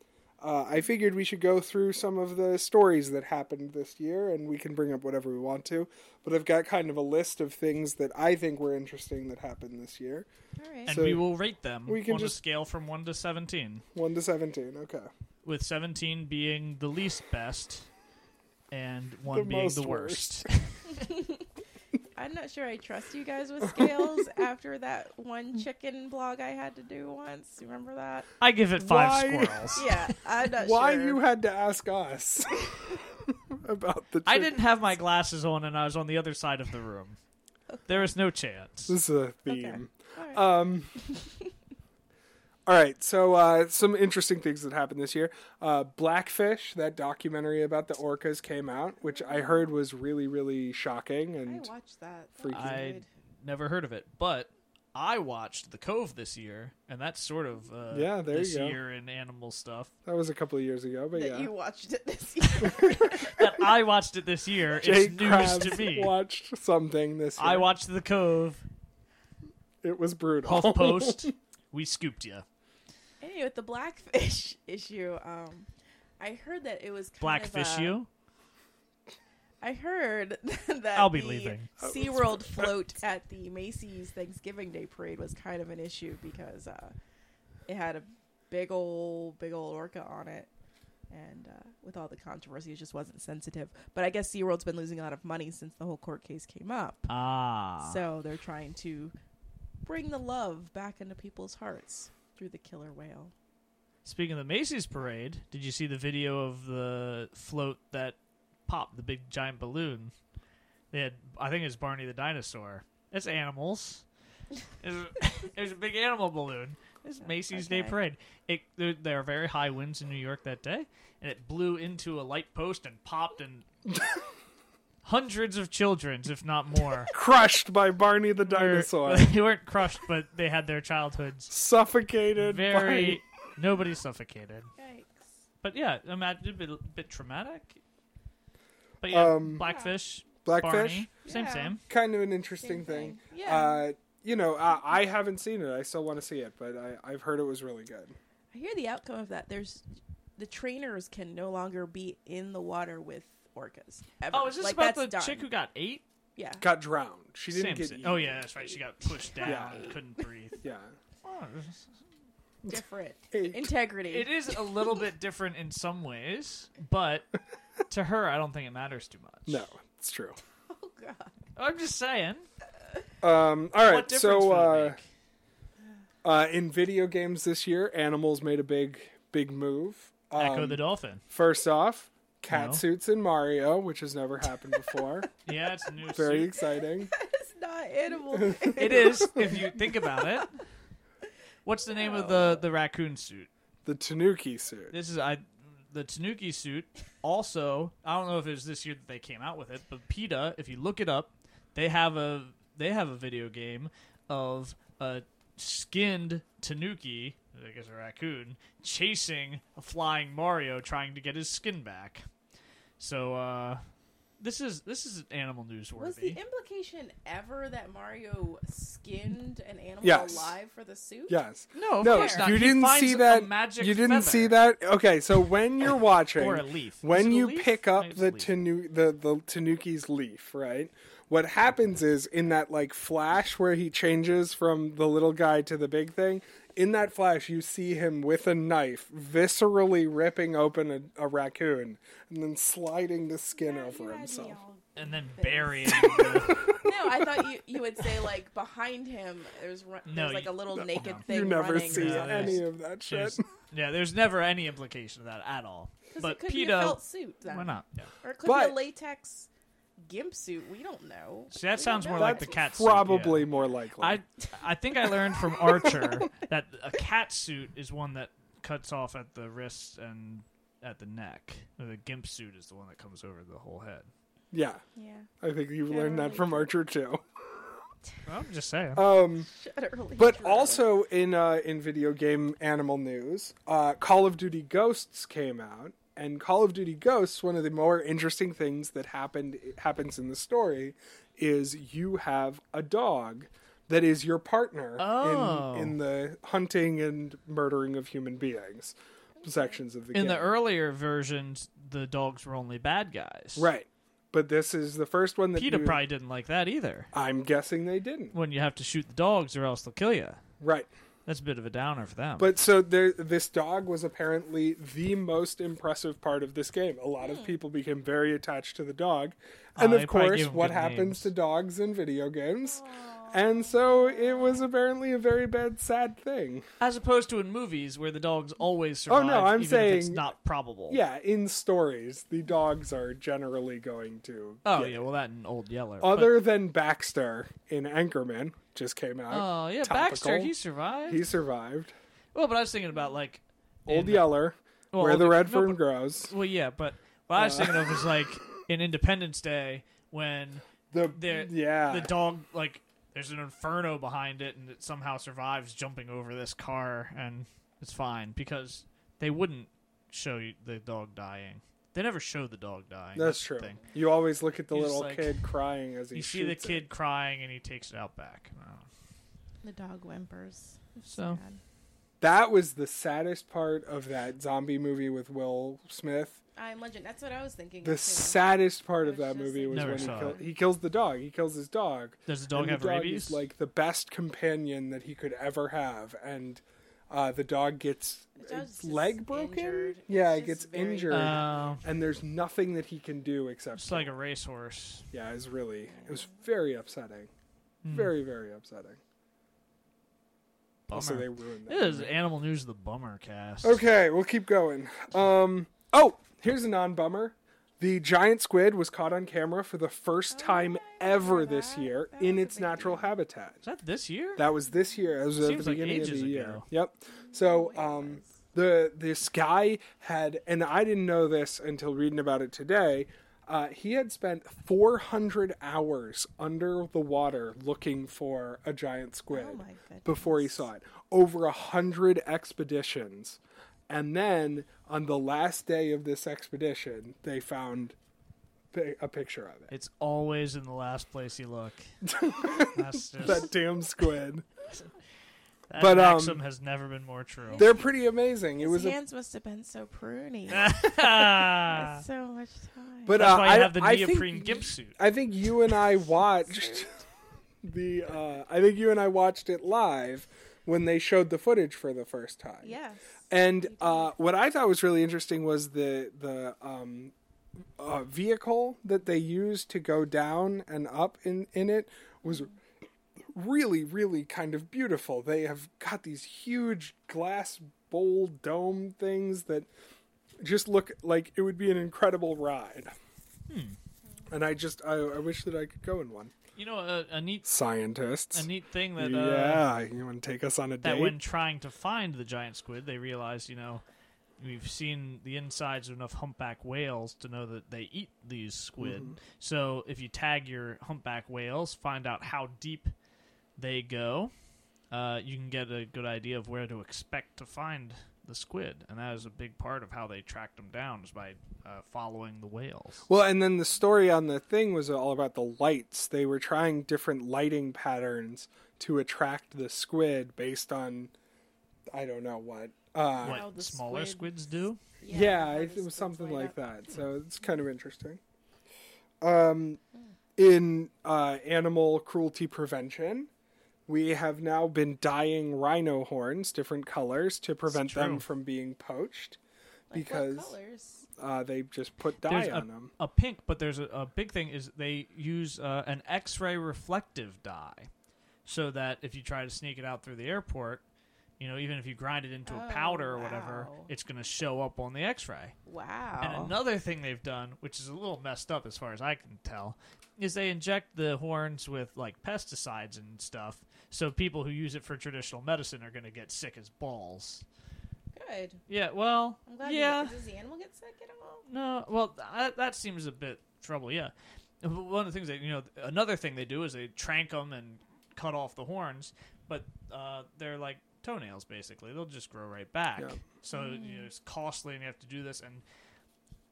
Uh, I figured we should go through some of the stories that happened this year, and we can bring up whatever we want to. But I've got kind of a list of things that I think were interesting that happened this year. All right. And So we will rate them we can on just- a scale from one to seventeen. One to seventeen. Okay. with 17 being the least best and one The being most the worst. I'm not sure I trust you guys <laughs> with scales after that one chicken blog I had to do once. You remember that? <laughs> I give it five Why- <laughs> squirrels. Yeah, I'm not Why sure. you had to ask us <laughs> about the? I trip- didn't have my glasses on and I was on the other side of the room. There is no chance. This is a Okay. theme. All right. Um. all right, so uh, some interesting things that happened this year. Uh, Blackfish, that documentary about the orcas, came out, which I heard was really, really shocking. I And watched that. That freaking- was I- good. Never heard of it. But I watched The Cove this year, and that's sort of uh, Yeah, there you this go. year in animal stuff. that was a couple of years ago, but that yeah, you watched it <laughs> this year. That I watched it this year. Jake it's news Krabs to me. watched something this year. I watched <laughs> The Cove, it was brutal. HuffPost. we scooped you. anyway, with the blackfish <laughs> issue, um, I heard that it was kind Blackfish of uh, a- you. I heard <laughs> that I'll be the leaving. <laughs> <laughs> SeaWorld float at the Macy's Thanksgiving Day parade was kind of an issue because uh, it had a big old, big old orca on it. And uh, with all the controversy, it just wasn't sensitive. But I guess SeaWorld's been losing a lot of money since the whole court case came up. Ah. So they're trying to bring the love back into people's hearts through the killer whale. Speaking of the Macy's parade, did you see the video of the float that popped the big giant balloon? They had, I think it was Barney the dinosaur. It's animals. It was, it was a big animal balloon. It's Macy's Day Okay. Parade. It there, there are very high winds in New York that day, and it blew into a light post and popped, <laughs> and hundreds of childrens, if not <laughs> more, <laughs> Crushed by Barney the were- <laughs> dinosaur, They weren't crushed, but they had their childhoods. suffocated. Very, <laughs> nobody suffocated. Yikes. But yeah, imagine a bit, bit traumatic. But yeah, Um, Blackfish, by Blackfish, Barney, same, Yeah. same. kind of an interesting Same thing. thing. Yeah. Uh, you know, I, I haven't seen it. I still want to see it, but I, I've heard it was really good. I hear the outcome of that. There's the trainers can no longer be in the water with orcas. Ever. Oh, is this Like, about that's the done. chick who got eight? Yeah. Got drowned. She didn't get. Samson. eaten. Oh yeah, that's right. She got pushed down Yeah. and <laughs> couldn't breathe. Oh, Yeah. Different Hey. integrity. It is a little bit different in some ways, but to her, I don't think it matters too much. No, it's true. <laughs> Oh god. I'm just saying. Um, all right, what difference so would it uh, make? uh, in video games this year, animals made a big, big move. Um, Echo the dolphin. First off, cat No. suits in Mario, which has never happened <laughs> before. Yeah, it's a new. <laughs> Very suit. exciting. It's not <laughs> animal. It is if you think about it. What's the name of the the raccoon suit? The Tanuki suit. This is I the Tanuki suit. Also, I don't know if it was this year that they came out with it, but PETA, if you look it up, they have a they have a video game of a skinned Tanuki, I guess a raccoon, chasing a flying Mario trying to get his skin back. So uh This is this is animal newsworthy. Was the implication ever that Mario skinned an animal Yes. alive for the suit? Yes. no, of no, course not. you He didn't finds see a that. magic you didn't feather see that. Okay, so when <laughs> you're watching, or a leaf. Is when it a you leaf? pick I up think it's the, a leaf. tanu- the the tanuki's leaf, right? What happens is in that like flash where he changes from the little guy to the big thing, in that flash you see him with a knife viscerally ripping open a, a raccoon and then sliding the skin Yeah, you over had me himself. <laughs> all- and then Face. burying. the, No, I thought you, you would say like behind him there's ru- No, there's like you- a little naked thing. You never running or see something. any of that shit. there's, <laughs> yeah, there's never any implication of that at all. 'Cause But it could PETA, be a felt suit. Then. why not? Or it could be But- a latex gimp suit. We don't know. See, that We sounds don't more know. like the cat suit. Probably yeah. more likely. I I think I learned <laughs> from Archer that a cat suit is one that cuts off at the wrists and at the neck. The gimp suit is the one that comes over the whole head. yeah, Yeah, I think you Yeah, learned that really. from Archer too. Well, I'm just saying. Um, shudderly. But true. also in uh, in video game animal news, uh, Call of Duty Ghosts came out, and Call of Duty Ghosts, one of the more interesting things that happened happens in the story, is you have a dog that is your partner Oh. in in the hunting and murdering of human beings sections of the In game. the earlier versions, the dogs were only bad guys. right, but this is the first one that PETA you- probably didn't like that either. I'm guessing they didn't. When you have to shoot the dogs, or else they'll kill you. Right. That's a bit of a downer for them. But so there, this dog was apparently the most impressive part of this game. A lot of people became very attached to the dog, and Oh, they of probably gave course, him what good happens names. to dogs in video games. And so it was apparently a very bad, sad thing. as opposed to in movies where the dogs always survive, Oh, I'm even if it's saying- not probable. Yeah, in stories, the dogs are generally going to. Oh get- yeah, well that and Old Yeller. but- Other than Baxter in Anchorman, just came out. oh yeah, Baxter topical. he survived. he survived. Well, but I was thinking about like Old in- Yeller, well, where Old- the no, red fern but- grows. Well, yeah, but what I was thinking of was like in Independence Day when The there yeah, the dog like there's an inferno behind it and it somehow survives jumping over this car and it's fine because they wouldn't show you the dog dying. They never show the dog dying. That's the true. thing. You always look at the You just, little like- kid crying as he You see the shoots it. kid crying and he takes it out back. No. the dog whimpers. It's So- sad. That was the saddest part of that zombie movie with Will Smith. I'm Legend. That's what I was thinking. The of, too. saddest part of I was that just movie was Never when he, saw kill- it. he kills the dog. He kills his dog. Does the dog and have the dog rabies? Is like the best companion that he could ever have, and uh, the dog gets The dog's its just leg broken. injured. Yeah, It's it just gets very- injured, Uh, and there's nothing that he can do except it's like a racehorse. yeah. It was really it was very upsetting, Hmm. very very upsetting. Also, Bummer. they ruined that. This is movie. Animal News the Bummer cast. Okay, we'll keep going. Um, oh, here's a non bummer. The giant squid was caught on camera for the first time ever this Oh that. year That in was a its big natural habitat. Is that this year? That was this year. That was at the Seems like beginning of ages the ago. year. Yep. So um, the the sky had, and I didn't know this until reading about it today. Uh, he had spent 400 hours under the water looking for a giant squid Oh my goodness. before he saw it. Over a hundred expeditions, and then on the last day of this expedition, they found pi- a picture of it. It's always in the last place you <laughs> look. That's just, That damn squid. that but, um, maxim has never been <laughs> more true. They're pretty amazing. It His was a hands must have been so <laughs> pruny. That's That's so much time. but uh, why I you have the I neoprene think gimp suit. I think you and I watched <laughs> the. Uh, I think you and I watched it live when they showed the footage for the first time. yes. And uh, what I thought was really interesting was the the um, uh, vehicle that they used to go down and up in in it was really really kind of beautiful. They have got these huge glass bowl dome things that just look like it would be an incredible ride. Hmm. And I just I, I wish that I could go in one. You know, a, a neat Scientists. a neat thing that uh, yeah, you want to take us on a that date? when trying to find the giant squid, they realized, you know, we've seen the insides of enough humpback whales to know that they eat these squid. So if you tag your humpback whales, find out how deep they go, uh, you can get a good idea of where to expect to find the squid, and that is a big part of how they tracked them down is by uh, following the whales. Well, and then the story on the thing was all about the lights. They were trying different lighting patterns to attract the squid based on, I don't know what. Uh, How What the smaller squid- squids do? yeah, how I- the it was squids something light like up. that. So it's kind of interesting. Um, in uh, animal cruelty prevention, we have now been dyeing rhino horns different colors to prevent them true. from being poached. Like what because- colors? Uh, they just put dye There's on them. a pink, but there's a, a big thing is they use uh, an X-ray reflective dye, so that if you try to sneak it out through the airport, you know, even if you grind it into a Oh, powder or whatever, wow. Uh-huh. it's going to show up on the X-ray. Wow. And another thing they've done, which is a little messed up as far as I can tell, is they inject the horns with like pesticides and stuff. So people who use it for traditional medicine are going to get sick as balls. Good. Yeah, well, I'm glad. yeah. You, does the animal get sick at all? No, well, that, that seems a bit trouble. Yeah, one of the things that you know, another thing they do is they trank them and cut off the horns, but uh, they're like toenails basically; they'll just grow right back. Yeah. So you know, it's costly, and you have to do this, and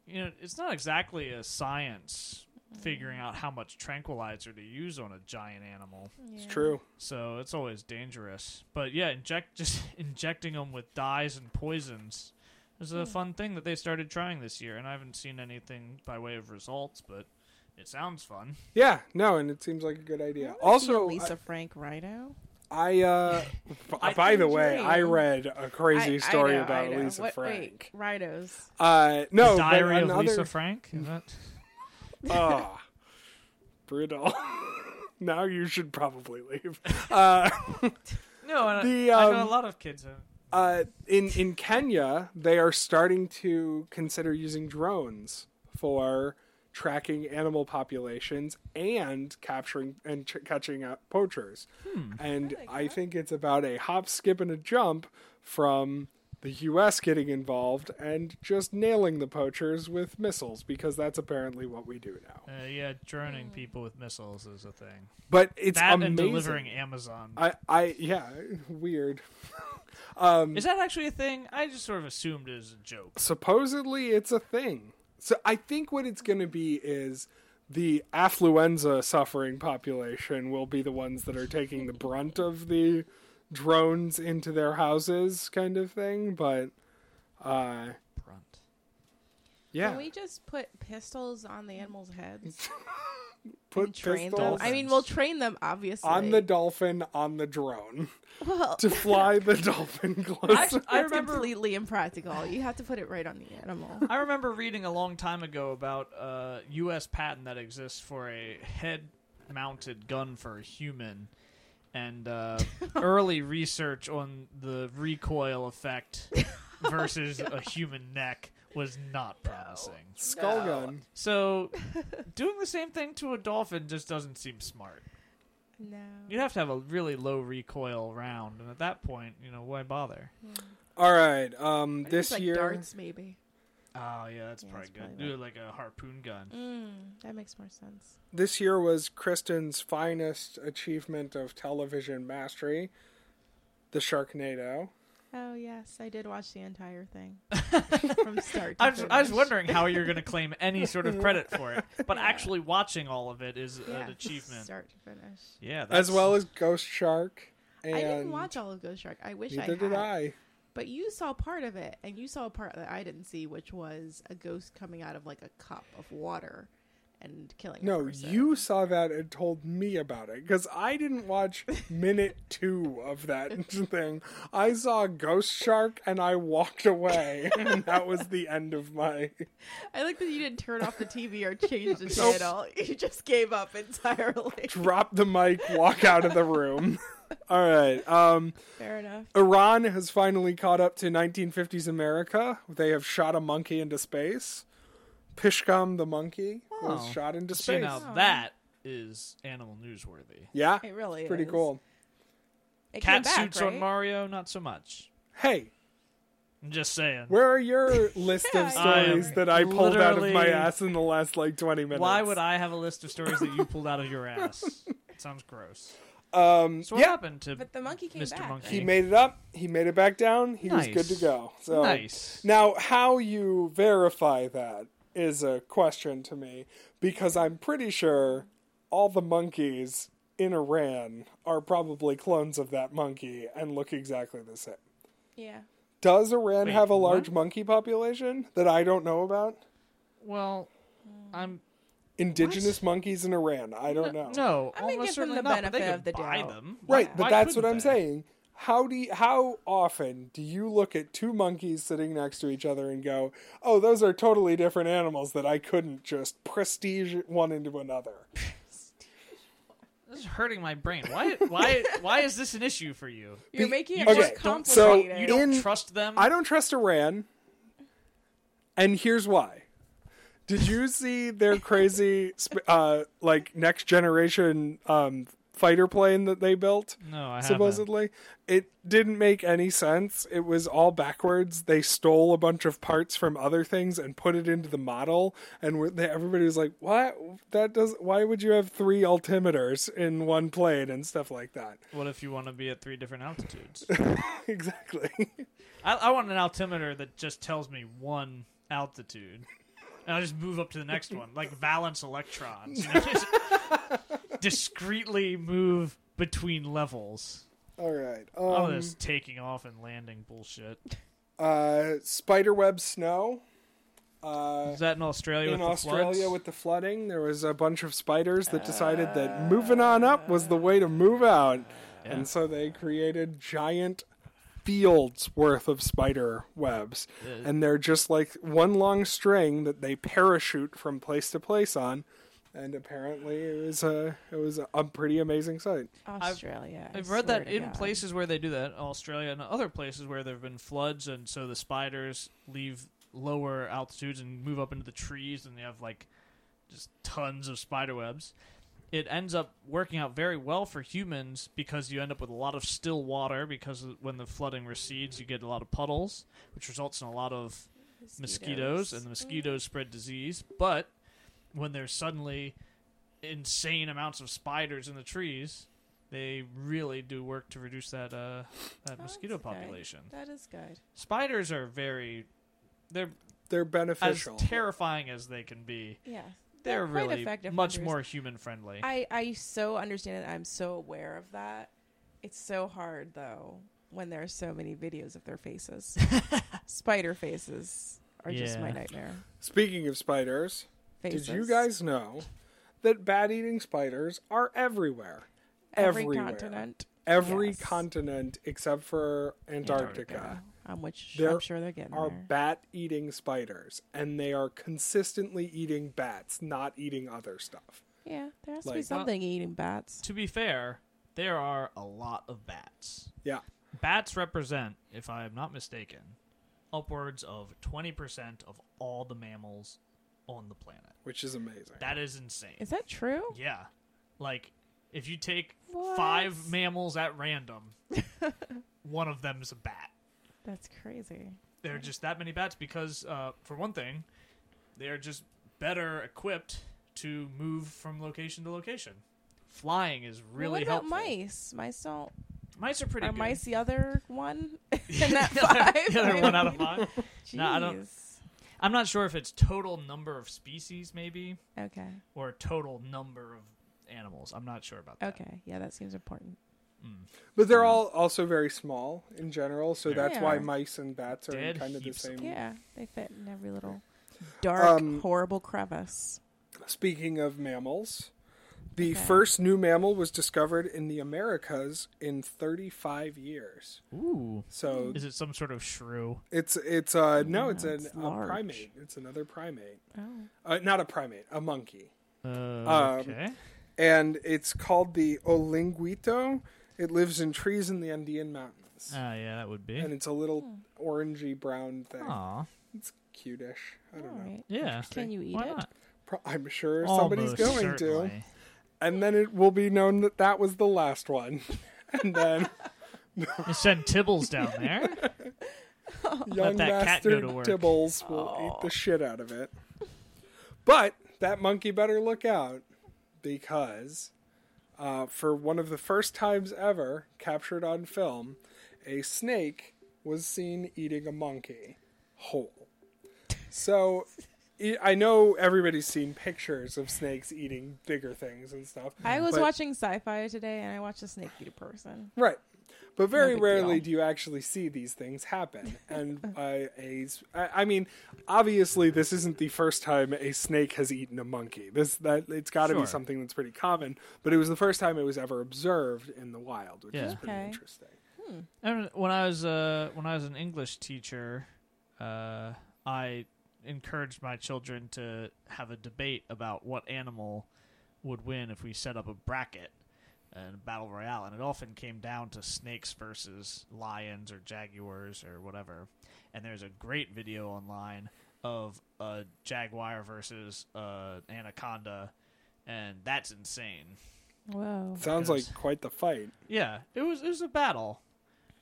you know, it's not exactly a science figuring out how much tranquilizer to use on a giant animal. It's true. So it's always dangerous. But yeah, inject <laughs> just injecting them with dyes and poisons is a fun thing that they started trying this year, and I haven't seen anything by way of results, but it <laughs> sounds fun. Yeah, no, and it seems like a good idea. I wanna see a Also, Lisa Frank Rhino. I, <laughs> I uh I by the think way, you're I right. read a crazy I- I story know, I about know. Lisa What- Frank. Wait, rhinos. Uh no, but the Diary another, of Lisa Frank. Is that- <laughs> Ah, brutal. <laughs> now you should probably leave. Uh <laughs> no, and The, I, I know um, a lot of kids. Have, uh, in in Kenya, they are starting to consider using drones for tracking animal populations and capturing and ch- catching up poachers. Hmm. And I, like that. think it's about a hop, skip, and a jump from the U.S. getting involved and just nailing the poachers with missiles because that's apparently what we do now. uh, yeah, droning people with missiles is a thing. But it's That amazing. and delivering Amazon. I, I yeah, weird. <laughs> Um, is that actually a thing? I just sort of assumed it was a joke. supposedly it's a thing. So I think what it's going to be is the affluenza suffering population will be the ones that are taking the brunt of the drones into their houses kind of thing, but uh Brunt. yeah. Can we just put pistols on the animals' heads? <laughs> Put train pistols them. I mean, we'll train them obviously. on the dolphin on the drone <laughs> well, to fly the dolphin <laughs> closer. I I remember remember- completely impractical. You have to put it right on the <laughs> animal. I remember reading a long time ago about a U.S. patent that exists for a head-mounted gun for a human, <laughs> and uh, early research on the <laughs> recoil effect Oh versus a human neck was not promising. Skull No. gun. So, doing the same thing to a dolphin just doesn't seem smart. No. You'd have to have a really low recoil round, and at that point, you know, why bother? All right. Um Or this just, like year darts maybe. Oh yeah, that's Yeah, probably that's good. probably Do it like a harpoon gun. Mm, that makes more sense. this year was Kristen's finest achievement of television mastery, The Sharknado. Oh yes, I did watch the entire <laughs> thing from start. To I was, I was finish. wondering how you're going to claim any sort of credit <laughs> for it, but actually watching all of it is Yeah, an achievement. Start to finish. Yeah, as well as Ghost Shark. And I didn't watch all of Ghost Shark. I wish I Neither had. did I. But you saw part of it, and you saw a part that I didn't see, which was a ghost coming out of like a cup of water and killing. a No, person. you saw that and told me about it because I <laughs> didn't watch minute two of that <laughs> thing. I saw Ghost Shark and I walked away, <laughs> and that was the end of my. I like that you didn't turn off the TV <laughs> or change the channel. <laughs> You just gave up entirely. Drop the mic, walk out of the room. <laughs> All right. Um, Fair enough. Iran has finally caught up to 1950s America. They have shot a monkey into space. Pishgam the monkey was Oh. shot into so space. now that is animal newsworthy. Yeah, It really is pretty cool. It came Cat back, suits on right? Mario, not so much. Hey, I'm just saying. where are <laughs> your list Yeah, of I stories am that I pulled out of my literally- ass in the last like 20 minutes? <laughs> Why would I have a list of stories that you pulled out of your ass? Sounds gross. Um, So what yeah, happened to But the monkey came Mr. back. Monkey? he made it up. He made it back down. He was good to Nice. go. So nice. Now, how you verify that is a question to me because I'm pretty sure all the monkeys in Iran are probably clones of that monkey and look exactly the same. Yeah. Does Iran Wait, have a large what? monkey population that I don't know about? Well, Mm. I'm Indigenous monkeys in Iran. I <laughs> don't know. No, I mean, almost give them certainly the not. But they benefit could of the buy doubt. them, Why- Right, but why that's what couldn't I'm they? saying. How do you, how often do you look at two monkeys sitting next to each other and go, "Oh, those are totally different animals that I couldn't just prestige one into another"? This is hurting my brain. Why? Why? why is this an issue for you? You're Be- making it okay, more don't- complicated. so You don't In- trust them. I don't trust Iran, and here's why. Did you see their crazy, sp- uh, like next generation um, fighter plane that they built? no, I haven't. supposedly. It didn't make any sense. It was all backwards. They stole a bunch of parts from other things and put it into the model. And were- they, everybody was like, "What? That does? Why would you have three altimeters in one plane and stuff like that?" <laughs> What if you want to be at three different altitudes? exactly. <laughs> I, I want an altimeter that just tells me one altitude. And I'll just move up to the next one, like valence electrons. You <laughs> know, just discreetly move between levels. all right. All Um, this taking off and landing bullshit. uh, spiderweb snow. Uh, Is that in Australia in with the Australia floods? with the flooding, there was a bunch of spiders that decided that moving on up was the way to move out. Ah. Yeah. And so they created giant fields worth of spider webs. Yeah. And they're just like one long string that they parachute from place to place on. And apparently it was a it was a pretty amazing sight. Australia. I I've read that swear to in God. places where they do that, Australia and other places where there have been floods, and so the spiders leave lower altitudes and move up into the trees, and they have like just tons of spider webs. It ends up working out very well for humans because you end up with a lot of still water because of- when the flooding recedes, you get a lot of puddles, which results in a lot of mosquitoes, Mm-hmm. and the mosquitoes spread disease. But when there's suddenly insane amounts of spiders in the trees, they really do work to reduce that uh, that Oh, mosquito that's good. population. That is good. Spiders are very they're They're as beneficial. terrifying as they can be. Yeah. They're, quite really effective much hunters. more human friendly. I I so understand it. I'm so aware of that. It's so hard though when there are so many videos of their <laughs> faces. Spider faces are just my Yeah. nightmare. Speaking of spiders, Faces. did you guys know that bat eating spiders are everywhere? every everywhere. continent? Every Yes. continent except for Antarctica. Um, which There I'm sure they're getting are there. bat eating spiders and they are consistently eating bats, not eating other stuff. Yeah, there has to be like- something eating bats. to be fair, there are a lot of bats. Yeah. Bats represent, if I am not mistaken, upwards of 20% of all the mammals on the planet. Which is amazing. That is insane. Is that true? yeah. Like, if you take What? five mammals <laughs> at random, one of them's a bat. That's crazy. There are just that many bats because, uh, for one thing, they are just better equipped to move from location to location. Flying is really well, what about helpful. mice? Mice don't. Mice are pretty are good. mice the other one <laughs> in that The other- five? the other one out of five. Jeez. No, I don't- I'm not sure if it's total number of species, maybe, Okay. or total number of animals. I'm not sure about that. Mm. Okay. Yeah, that seems important. but they're all also very small in general, so Yeah. that's why Mm. Yeah. mice and bats are in Dead kind of the heaps of same. Yeah, they fit in every little dark, Mm. Um, horrible crevice. Speaking of mammals, the Okay. first new mammal was discovered in the Americas in 35 years. Ooh. So Is it some sort of shrew? it's it's uh no, Wow, it's an, it's a large. primate. It's another primate. Oh, Uh, not a primate, a monkey. Uh, okay. and it's called the Olinguito. It lives in trees in the Andean mountains, Ah, yeah, that would be. and it's a little orangey brown thing. Aw, It's cutish. I all don't know. right. yeah. Can you eat Why it? not? Pro- I'm sure somebody's Almost going to, certainly. and then it will be known that that was the last one, <laughs> and then You send Tibbles down there. <laughs> young that cat go bastard to work. Oh. Tibbles will eat the shit out of it. But that monkey better look out because uh, for one of the first times ever captured on film, a snake was seen eating a monkey whole. So e- I know everybody's seen pictures of snakes eating bigger things and stuff. I was but- watching sci-fi today, and I watched a snake eat a person. Right. But very big rarely deal. do you actually see these things happen. And <laughs> uh, a, s- I I mean, obviously, this isn't the first time a snake has eaten a monkey. This that it's got to Sure. be something that's pretty common. But it was the first time it was ever observed in the wild, which is Yeah. pretty Okay. interesting. I remember when I was uh, when I was an English teacher, uh, I encouraged my children to have a debate about what animal would win if we set up a bracket and a battle royale, and it often came down to snakes versus lions or jaguars or whatever. And there's a great video online of a jaguar versus uh, anaconda, and that's insane. Whoa. Sounds goodness. like quite the fight. Yeah, it was it was a battle,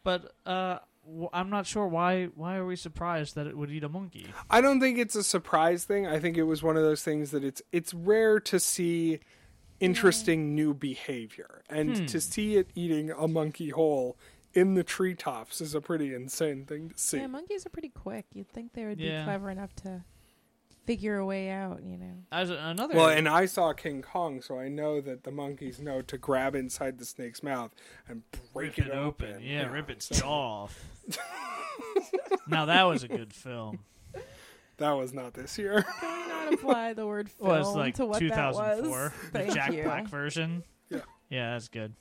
but uh, w- I'm not sure why why are we surprised that it would eat a monkey? I don't think it's a surprise thing. I think it was one of those things that it's it's rare to see interesting new behavior, and to see it eating a monkey whole in the treetops is a pretty insane thing to see. Yeah, monkeys are pretty quick. You'd think they would Yeah. be clever enough to figure a way out, you <laughs> know. As a- another Well, and I saw King Kong, so I know that the monkeys know to grab inside the snake's mouth and break rip it open, yeah, rip its jaw off. now that was a <laughs> good film. That was not this year. Can we not apply the word film Well, it's like to what that 2004, was? the Thank Jack you. Black version. Yeah. yeah, that's good.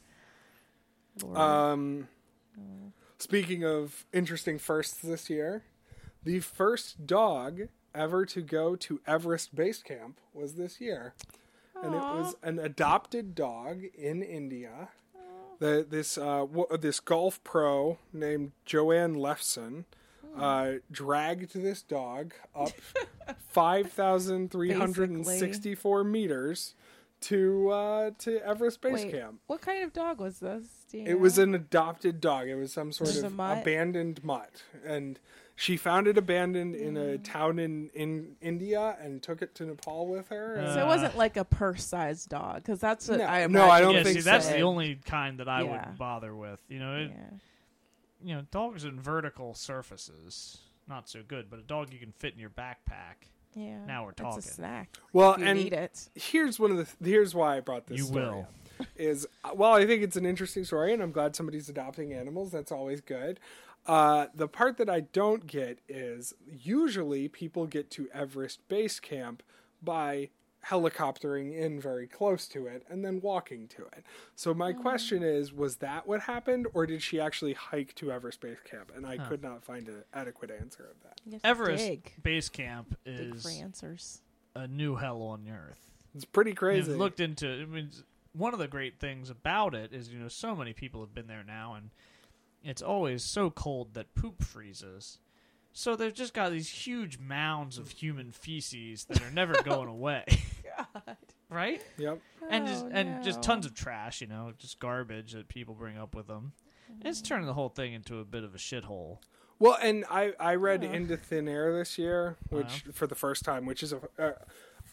Lord. Um, speaking of interesting firsts this year, the first dog ever to go to Everest Base Camp was this year, and it Aw. was an adopted dog in India. The, this uh, w- this golf pro named Joanne Lefson Hmm. uh, dragged this dog <laughs> up five thousand three hundred and sixty four meters to uh, to Everest Base Wait, Camp. what kind of dog was this? Do you It was know? an adopted dog. It was some sort Was it a of mutt? abandoned mutt, and she found it abandoned in a Mm. town in in India and took it to Nepal with her. Uh, and- Uh. so it wasn't like a purse-sized dog, because that's what No, I no, I imagined don't yeah, it think see, that's said. the only kind that I Yeah. would bother with. You know, Yeah. it, you know, dogs in vertical surfaces not so good, but a dog you can fit in your backpack. Yeah. Now we're It's talking. a snack. well, If you Uh, and need it. here's one of the th- here's why I brought this. You story will. up, is uh, well, I think it's an interesting story, and I'm glad somebody's adopting animals. That's always good. Uh, the part that I don't get is usually people get to Everest Base Camp by helicoptering in very close to it and then walking to it. So my question is, was that what happened, or did she actually hike to Everest Base Camp? And I could not find an adequate answer of that. You have to Everest dig. Base Camp Dig for is answers. a new hell on earth. It's pretty We've crazy. looked into. I mean, s- one of the great things about it is you know so many people have been there now, and it's always so cold that poop freezes. So they've just got these huge mounds of human feces that <laughs> are never going away, <laughs> God. right? Yep. And just Oh, Oh, and just tons of trash, you know, just garbage that people bring up with them. And It's turning the whole thing into a bit of a shithole. Well, and I I read Yeah. Into Thin Air this year, which for the first time, which is a, uh,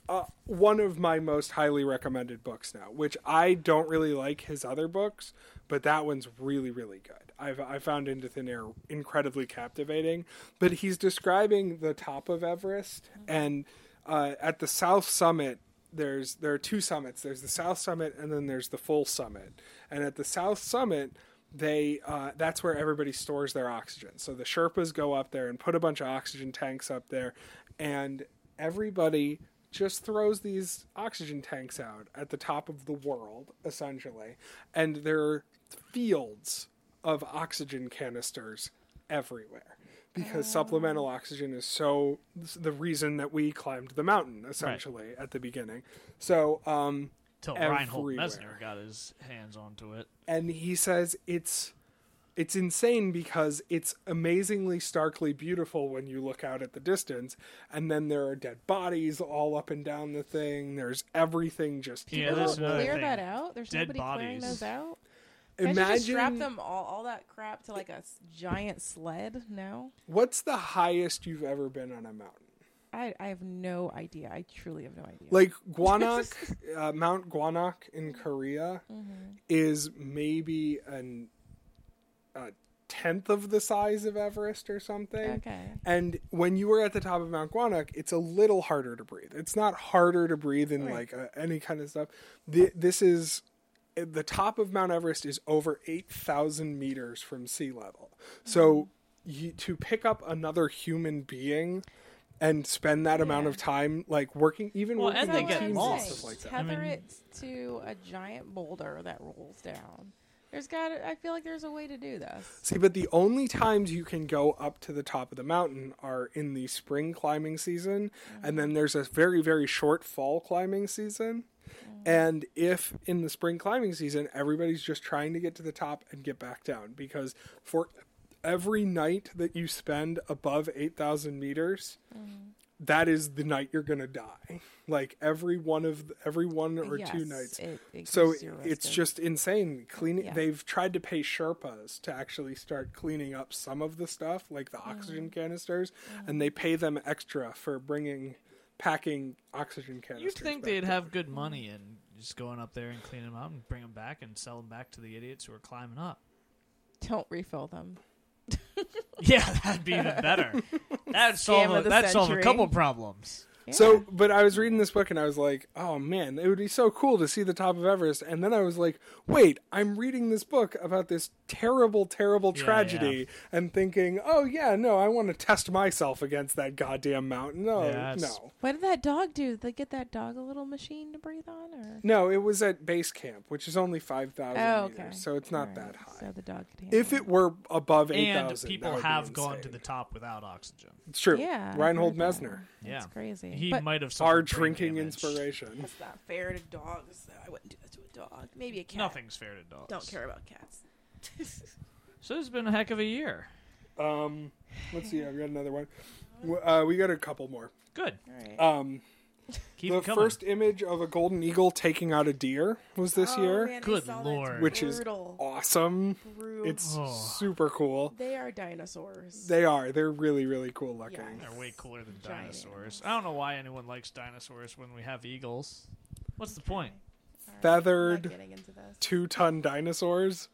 uh, one of my most highly recommended books now. Which I don't really like his other books, but that one's really really good. I've I found Into Thin Air incredibly captivating. But he's describing the top of Everest, and uh, at the south summit, there's there are two summits. There's the South Summit and then there's the full summit. And at the South Summit, they uh, that's where everybody stores their oxygen. So the Sherpas go up there and put a bunch of oxygen tanks up there, and everybody just throws these oxygen tanks out at the top of the world, essentially. And there are fields of oxygen canisters everywhere because supplemental oxygen is so the reason that we climbed the mountain essentially at the beginning. So, um, Till Reinhold Everywhere. Messner got his hands onto it. and he says it's it's insane because it's amazingly starkly beautiful when you look out at the distance and then there are dead bodies all up and down the thing there's everything just Yeah, They that's don't terrible. another clear thing. that out. There's Dead nobody clearing bodies. those out. Can't you just strap imagine them all, all that crap to like a s- giant sled? No, what's the highest you've ever been on a mountain I I, I have no idea. I truly have no idea. Like Guanak, <laughs> uh, Mount Guanak in Korea Mm-hmm. is maybe an, a tenth of the size of Everest or something. okay. And when you were at the top of Mount Guanac, it's a little harder to breathe. It's not harder to breathe in Right. like uh, any kind of stuff. The, this is the top of Mount Everest is over eight thousand meters from sea level. So Mm-hmm. you, to pick up another human being and spend that amount Yeah. of time like working, even Well, working and they in get teams and lost. stuff like that. I Tether mean- it to a giant boulder that rolls down. There's got. to I feel like there's a way to do this. See, but the only times you can go up to the top of the mountain are in the spring climbing season, and then there's a very, very short fall climbing season. And if in the spring climbing season, everybody's just trying to get to the top and get back down because for every night that you spend above 8,000 meters, that is the night you're going to die. Like every one of every one or two Yes, nights it- it so gives you a it's risk of- just insane cleaning Yeah. they've tried to pay sherpas to actually start cleaning up some of the stuff like the Mm. oxygen canisters and they pay them extra for bringing packing oxygen You'd canisters think back they'd down. have good money and just going up there and cleaning them up and bring them back and sell them back to the idiots who are climbing up. <laughs> don't refill them. Yeah, that'd be even better. That'd solve Scam a, of the that'd solve a century. couple problems. so but i was reading this book and i was like oh man it would be so cool to see the top of everest and then i was like wait i'm reading this book about this terrible terrible Yeah, tragedy and thinking oh yeah no i want to test myself against that goddamn mountain no Yeah, it's- no What did that dog do? Did they get that dog a little machine to breathe on, or No, it was at base camp, which is only five thousand Oh, okay. meters, so it's not Alright, that high. So the dog could handle if it were above eight And thousand, people have gone to the top without oxygen. It's true. Yeah, I've Reinhold heard that. Messner, Yeah. That's crazy. He but might have suffered our brain drinking damage. inspiration. that's not fair to dogs. though. I wouldn't do that to a dog. Maybe a cat. Nothing's fair to dogs. Don't care about cats. So it's been a heck of a year. Um, let's see. I've got another one. W- Uh, we got a couple more. Good. All right. Um, Keep the it coming. first image of a golden eagle taking out a deer was this Oh, year. man, I Good saw that. lord. Which is- brutal. Awesome! brutal. It's Oh. super cool. they are dinosaurs. They are. They're really, really cool looking. Yeah. They're way cooler than Giant animals. dinosaurs. I don't know why anyone likes dinosaurs when we have eagles. What's the point? All right, Feathered. I'm not getting into this. two-ton dinosaurs,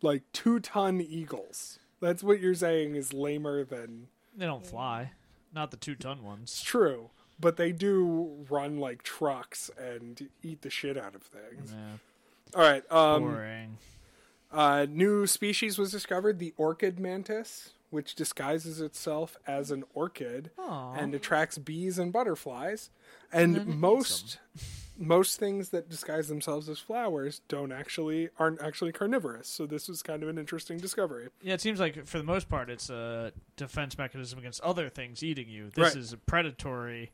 like two-ton eagles. That's what you're saying is lamer than They don't Yeah. fly. Not the two ton It's ones. true, but they do run like trucks and eat the shit out of things. Yeah, All right, um, boring. uh, new species was discovered: the orchid mantis, which disguises itself as an orchid Aw. and attracts bees and butterflies. And Mm-hmm. most most things that disguise themselves as flowers don't actually aren't actually carnivorous. So this was kind of an interesting discovery. Yeah, it seems like for the most part it's a defense mechanism against other things eating you. This Right. is a predatory.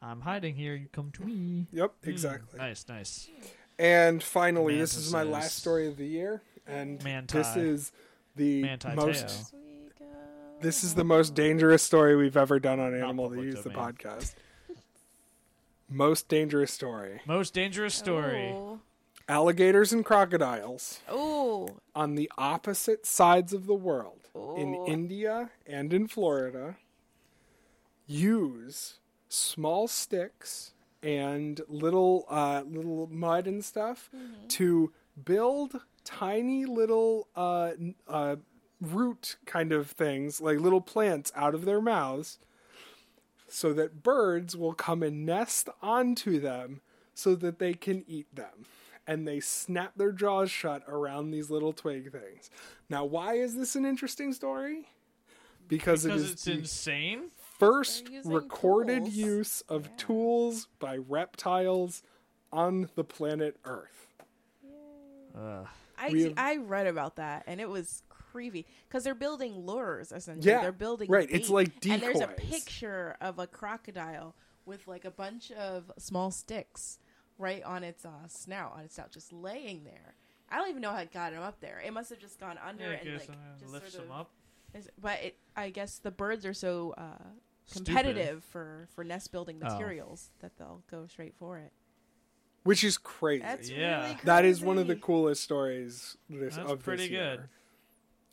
I'm hiding here. You come to me. Yep, Mm, exactly. nice, nice. And finally, this is my Mantises. last story of the year, and Manti. this is the Manti most. tail. As we go This is the most dangerous story we've ever done on Animal That public Use the domain. podcast. most dangerous story. Most dangerous story. Oh. Alligators and crocodiles Oh. on the opposite sides of the world in Ooh. India and in Florida use small sticks and little uh, little mud and stuff to build tiny little uh, n- uh, root kind of things like little plants out of their mouths so that birds will come and nest onto them so that they can eat them. And they snap their jaws shut around these little twig things. Now, why is this an interesting story? Because, it Because is it's the insane. first They're using recorded tools. use of tools by reptiles on the planet Earth. Ugh. I, We have- I read about that and it was creepy because they're building lures essentially. Yeah, they're building right, it's bait. like And there's a decoys. picture of a crocodile with like a bunch of small sticks right on its uh, snout, on its snout, just laying there. I don't even know how it got him up there. It must have just gone under Yeah, it and goes like in there, just lifts sort them of- up. is- But it, I guess the birds are so uh, Stupid. competitive for for nest building Oh. materials that they'll go straight for it. Which is crazy. That's Yeah. really That is one of the crazy. coolest stories this, That's of pretty this year.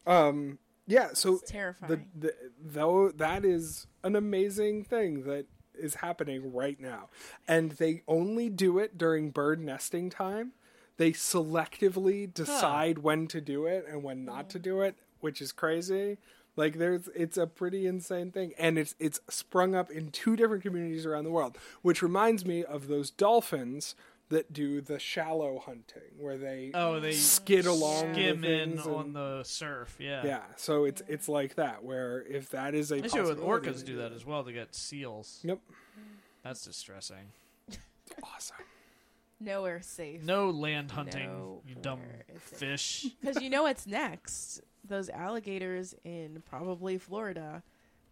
good. Um, yeah, so it's terrifying. the, the though that is an amazing thing that is happening right now and they only do it during bird nesting time they selectively decide when to do it and when not to do it which is crazy like there's it's a pretty insane thing and it's it's sprung up in two different communities around the world which reminds me of those dolphins that do the shallow hunting where they Oh, they skid along the skim in things and- on the surf. Yeah, yeah, so it's it's like that where if that is a They should with possibility, orcas they do that it. as well to get seals. Yep. That's distressing. Awesome. Nowhere safe. No land hunting, you Nowhere dumb is it. fish. Because you know what's next? Those alligators in probably Florida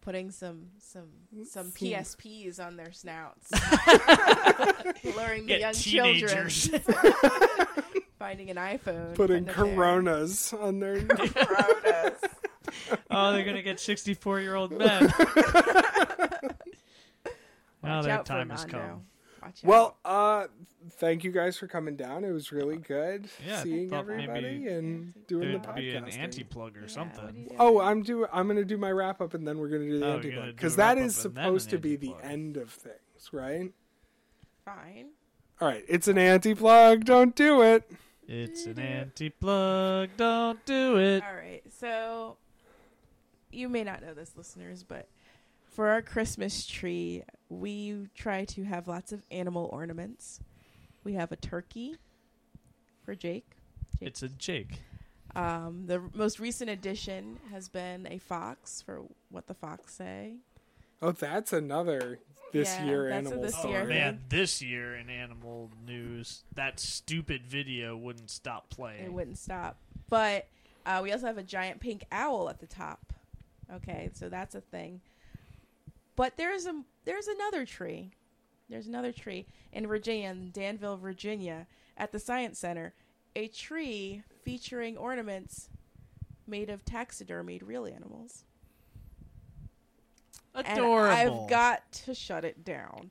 putting some some some PSPs on their snouts, luring the Get young teenagers. children, <laughs> finding an iPhone, Putting kind of thing. coronas on their Coronas. oh, they're gonna get sixty-four-year-old <laughs> men. now Watch their out for time has Mondo. come. Watch out. Well, uh thank you guys for coming down. It was really good Uh, Yeah, I seeing thought maybe everybody and doing the There'd podcast. be an anti-plug Yeah, or what do something. you do? Oh, I'm do I'm going to do my wrap up and then we're going to do the Oh, you're anti gonna plug do cuz a that wrap is up and then an supposed to be the anti-plug. end of things, right? fine. All right, it's an anti plug. Don't do it. It's an anti-plug. Don't do it. All right. So you may not know this, listeners, but for our Christmas tree, we try to have lots of animal ornaments. We have a turkey for Jake. It's a Jake. Um, the r- most recent addition has been a fox for what the fox say. Oh, that's another this Yeah, year that's a animal this Oh year story. man, this year in animal news, that stupid video wouldn't stop It playing. wouldn't stop. But uh, we also have a giant pink owl at the top. Okay, so that's a thing. But there's a there's another tree. There's another tree in Virginia, in Danville, Virginia, at the Science Center. A tree featuring ornaments made of taxidermied real animals. And Adorable. I've got to shut it down.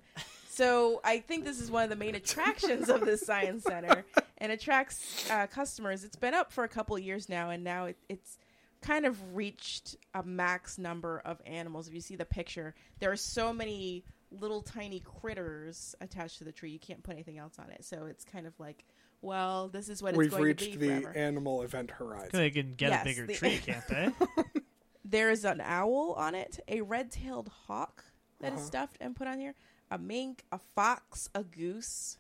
So I think this is one of the main attractions of this science center, and attracts uh, customers. It's been up for a couple of years now, and now it, it's kind of reached a max number of animals. If you see the picture, there are so many little tiny critters attached to the tree. You can't put anything else on it, so it's kind of like, well, this is what it's We've going reached to the be forever. animal event horizon. They can get Yes, a bigger the- <laughs> tree, can't they? There is an owl on it, a red tailed hawk that is Uh-huh. stuffed and put on here, a mink, a fox, a goose.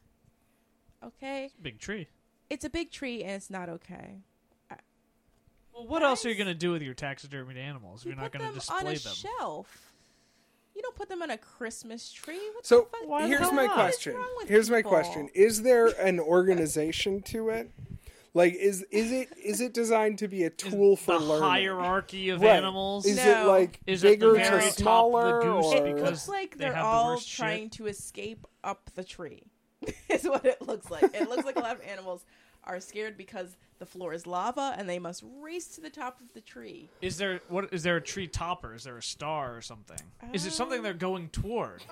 Okay. Big tree. It's a big tree and it's not okay. Well, what else are you gonna do with your taxidermied animals? if You You're not put gonna them display on a them. shelf. You don't put them on a Christmas tree. What So the fuck? Why here's not? my What is question. wrong with Here's my people? question. Is there an organization to it? Like is is it is it designed to be a tool for the learning? hierarchy of Right. animals. Is it No. like Is it the bigger very top to of the smaller? goose or... It because looks like they they're have the all worst shit. trying to escape up the tree. <laughs> is what it looks like. It looks like a lot of animals are scared because the floor is lava and they must race to the top of the tree. Is there what? Is there a tree topper? Is there a star or something? Is it something they're going toward?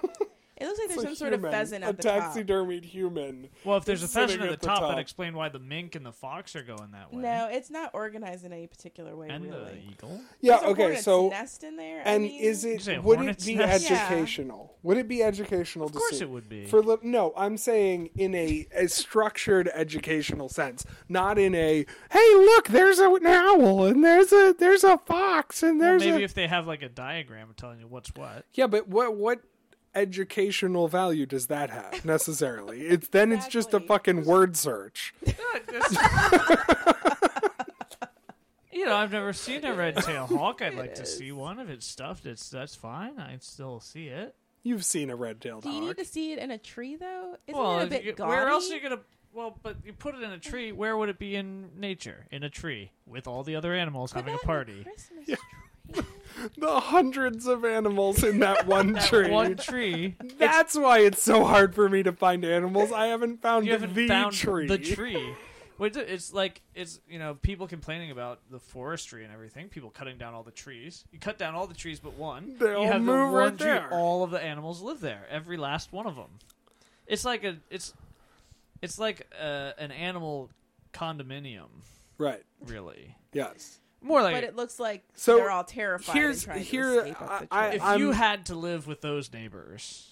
It looks like It's there's a some sort of human, pheasant a at the top. taxidermied human. Well, if there's a It's sitting pheasant at the, at the top, top. that explain why the mink and the fox are going that way. No, it's not organized in any particular way, and the really. eagle. Yeah. There's a Okay. hornet's So nest in there. I and mean, is you say it would it hornet's be nest? Yeah. educational? Would it be educational? Of course, to see? it would be. For li- no, I'm saying in a, a structured educational sense, not in a hey look, there's a, an owl and there's a there's a fox and Well, there's maybe a if they have like a diagram telling you what's what. yeah, but what what educational value does that have necessarily? It's then it's just a Exactly. fucking word search. You know, I've never seen a <laughs> red tail hawk. I'd like to see one. If it's stuffed, it's that's fine. I'd still see it. You've seen a red-tailed Do you hawk. need to see it in a tree though? Isn't well, it a if bit you- gaudy? where else are you gonna? Well, but you put it in a tree. Where would it be in nature? In a tree with all the other animals having a Not in party. Christmas tree. The hundreds of animals in <laughs> that one That tree. One tree. That's why it's so hard for me to find animals. I haven't found you haven't the found tree. the tree. <laughs> Which it's like it's you know people complaining about the forestry and everything. People cutting down all the trees. You cut down all the trees but one. They you all have the move right one tree. there. All of the animals live there. Every last one of them. It's like a it's it's like uh an animal condominium Right. really. Yes. More <laughs> like but it looks like So, they're all terrified. here's- and trying here, to escape up the I- tree. if I'm- you had to live with those neighbors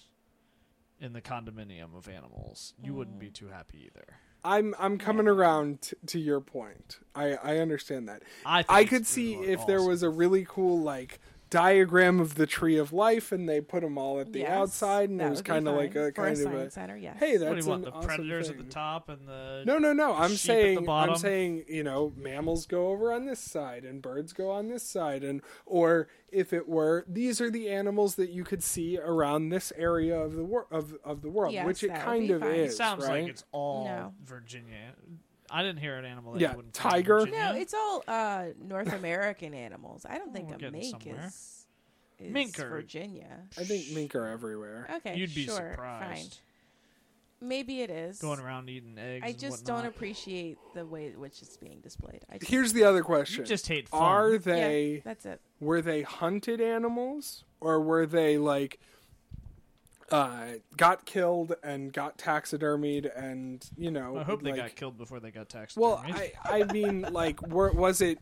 in the condominium of animals, you wouldn't Mm. be too happy either. I'm I'm coming around t- to your point. I I understand that. I think I it's could see really if there awesome. was a really cool like diagram of the tree of life, and they put them all at the Yes, outside, and that it was would be kind of like fine for a a kind of science a center. Yes. hey, that's What do you want? an The awesome predators thing. at the top and the No, no, no. I'm sheep at the saying, I'm bottom. saying, you know, mammals go over on this side and birds go on this side, and or if it were, these are the animals that you could see around this area of the wor- of of the world, Yes, which it that would kind be of fine. It is. sounds right? like it's all No. Virginia. I didn't hear an animal. That Yeah, you wouldn't find in tiger. No, Virginia. it's all uh, North American animals. I don't think Oh, we're a getting mink somewhere. is, is Mink are- Virginia. I think mink are everywhere. Okay, You'd be sure, surprised Fine. Maybe it is. going around eating eggs. I and just whatnot. don't appreciate the way in which it's being displayed. I just, Here's the other You question: just hate fun. Are yeah, they that's it. were they hunted animals or were they like uh, got killed and got taxidermied and you know I hope they like, got killed before they got taxed. well I, I mean like were, was it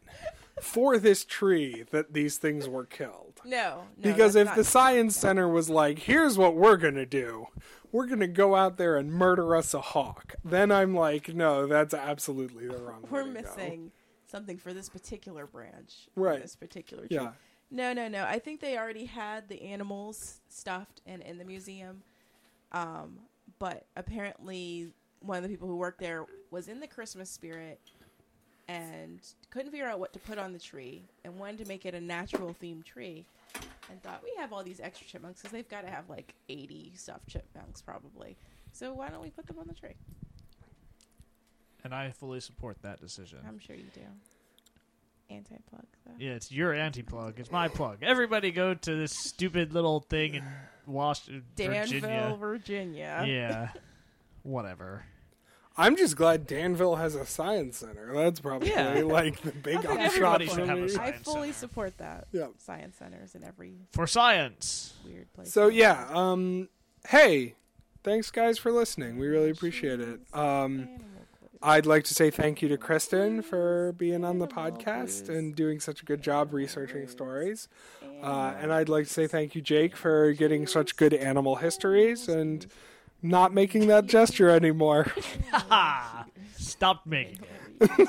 for this tree that these things were killed No, no because that's if not- the science center was like here's what we're gonna do we're gonna go out there and murder us a hawk then i'm like no that's absolutely the wrong we're way to go. missing something for this particular branch, Right. This particular tree. yeah No, no, no. I think they already had the animals stuffed and in the museum. Um, but apparently, one of the people who worked there was in the Christmas spirit and couldn't figure out what to put on the tree and wanted to make it a natural themed tree and thought we have all these extra chipmunks because they've got to have like 80 stuffed chipmunks probably. So why don't we put them on the tree? and I fully support that decision. I'm sure you do. Anti plug though. Yeah, it's your anti plug. It's my plug. Everybody go to this stupid little thing in Washington, Danville, Virginia. Virginia. Yeah, whatever. I'm just glad Danville has a science center. That's probably Yeah. <laughs> like the big I think upshot everybody for should have a me. sci- I Science fully Center. support that. Yeah. Science centers in every <laughs> For science. weird place. So yeah, um, hey, thanks guys for listening. We really appreciate it. Um, Animal clues. I'd like to say thank you to Kristen for being on the podcast and doing such a good job researching stories. Uh, and I'd like to say thank you, Jake, for getting such good animal histories and not making that gesture anymore. Ha! Stop making it.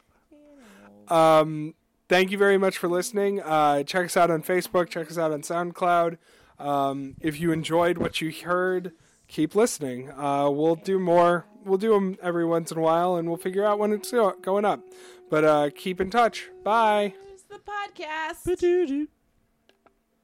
<laughs> Um, thank you very much for listening. Uh, check us out on Facebook. Check us out on SoundCloud. Um, if you enjoyed what you heard, keep listening. Uh, we'll do more. We'll do them every once in a while, and we'll figure out when it's go- going up. But uh, keep in touch. Bye. There's the podcast. Ba-doo-doo.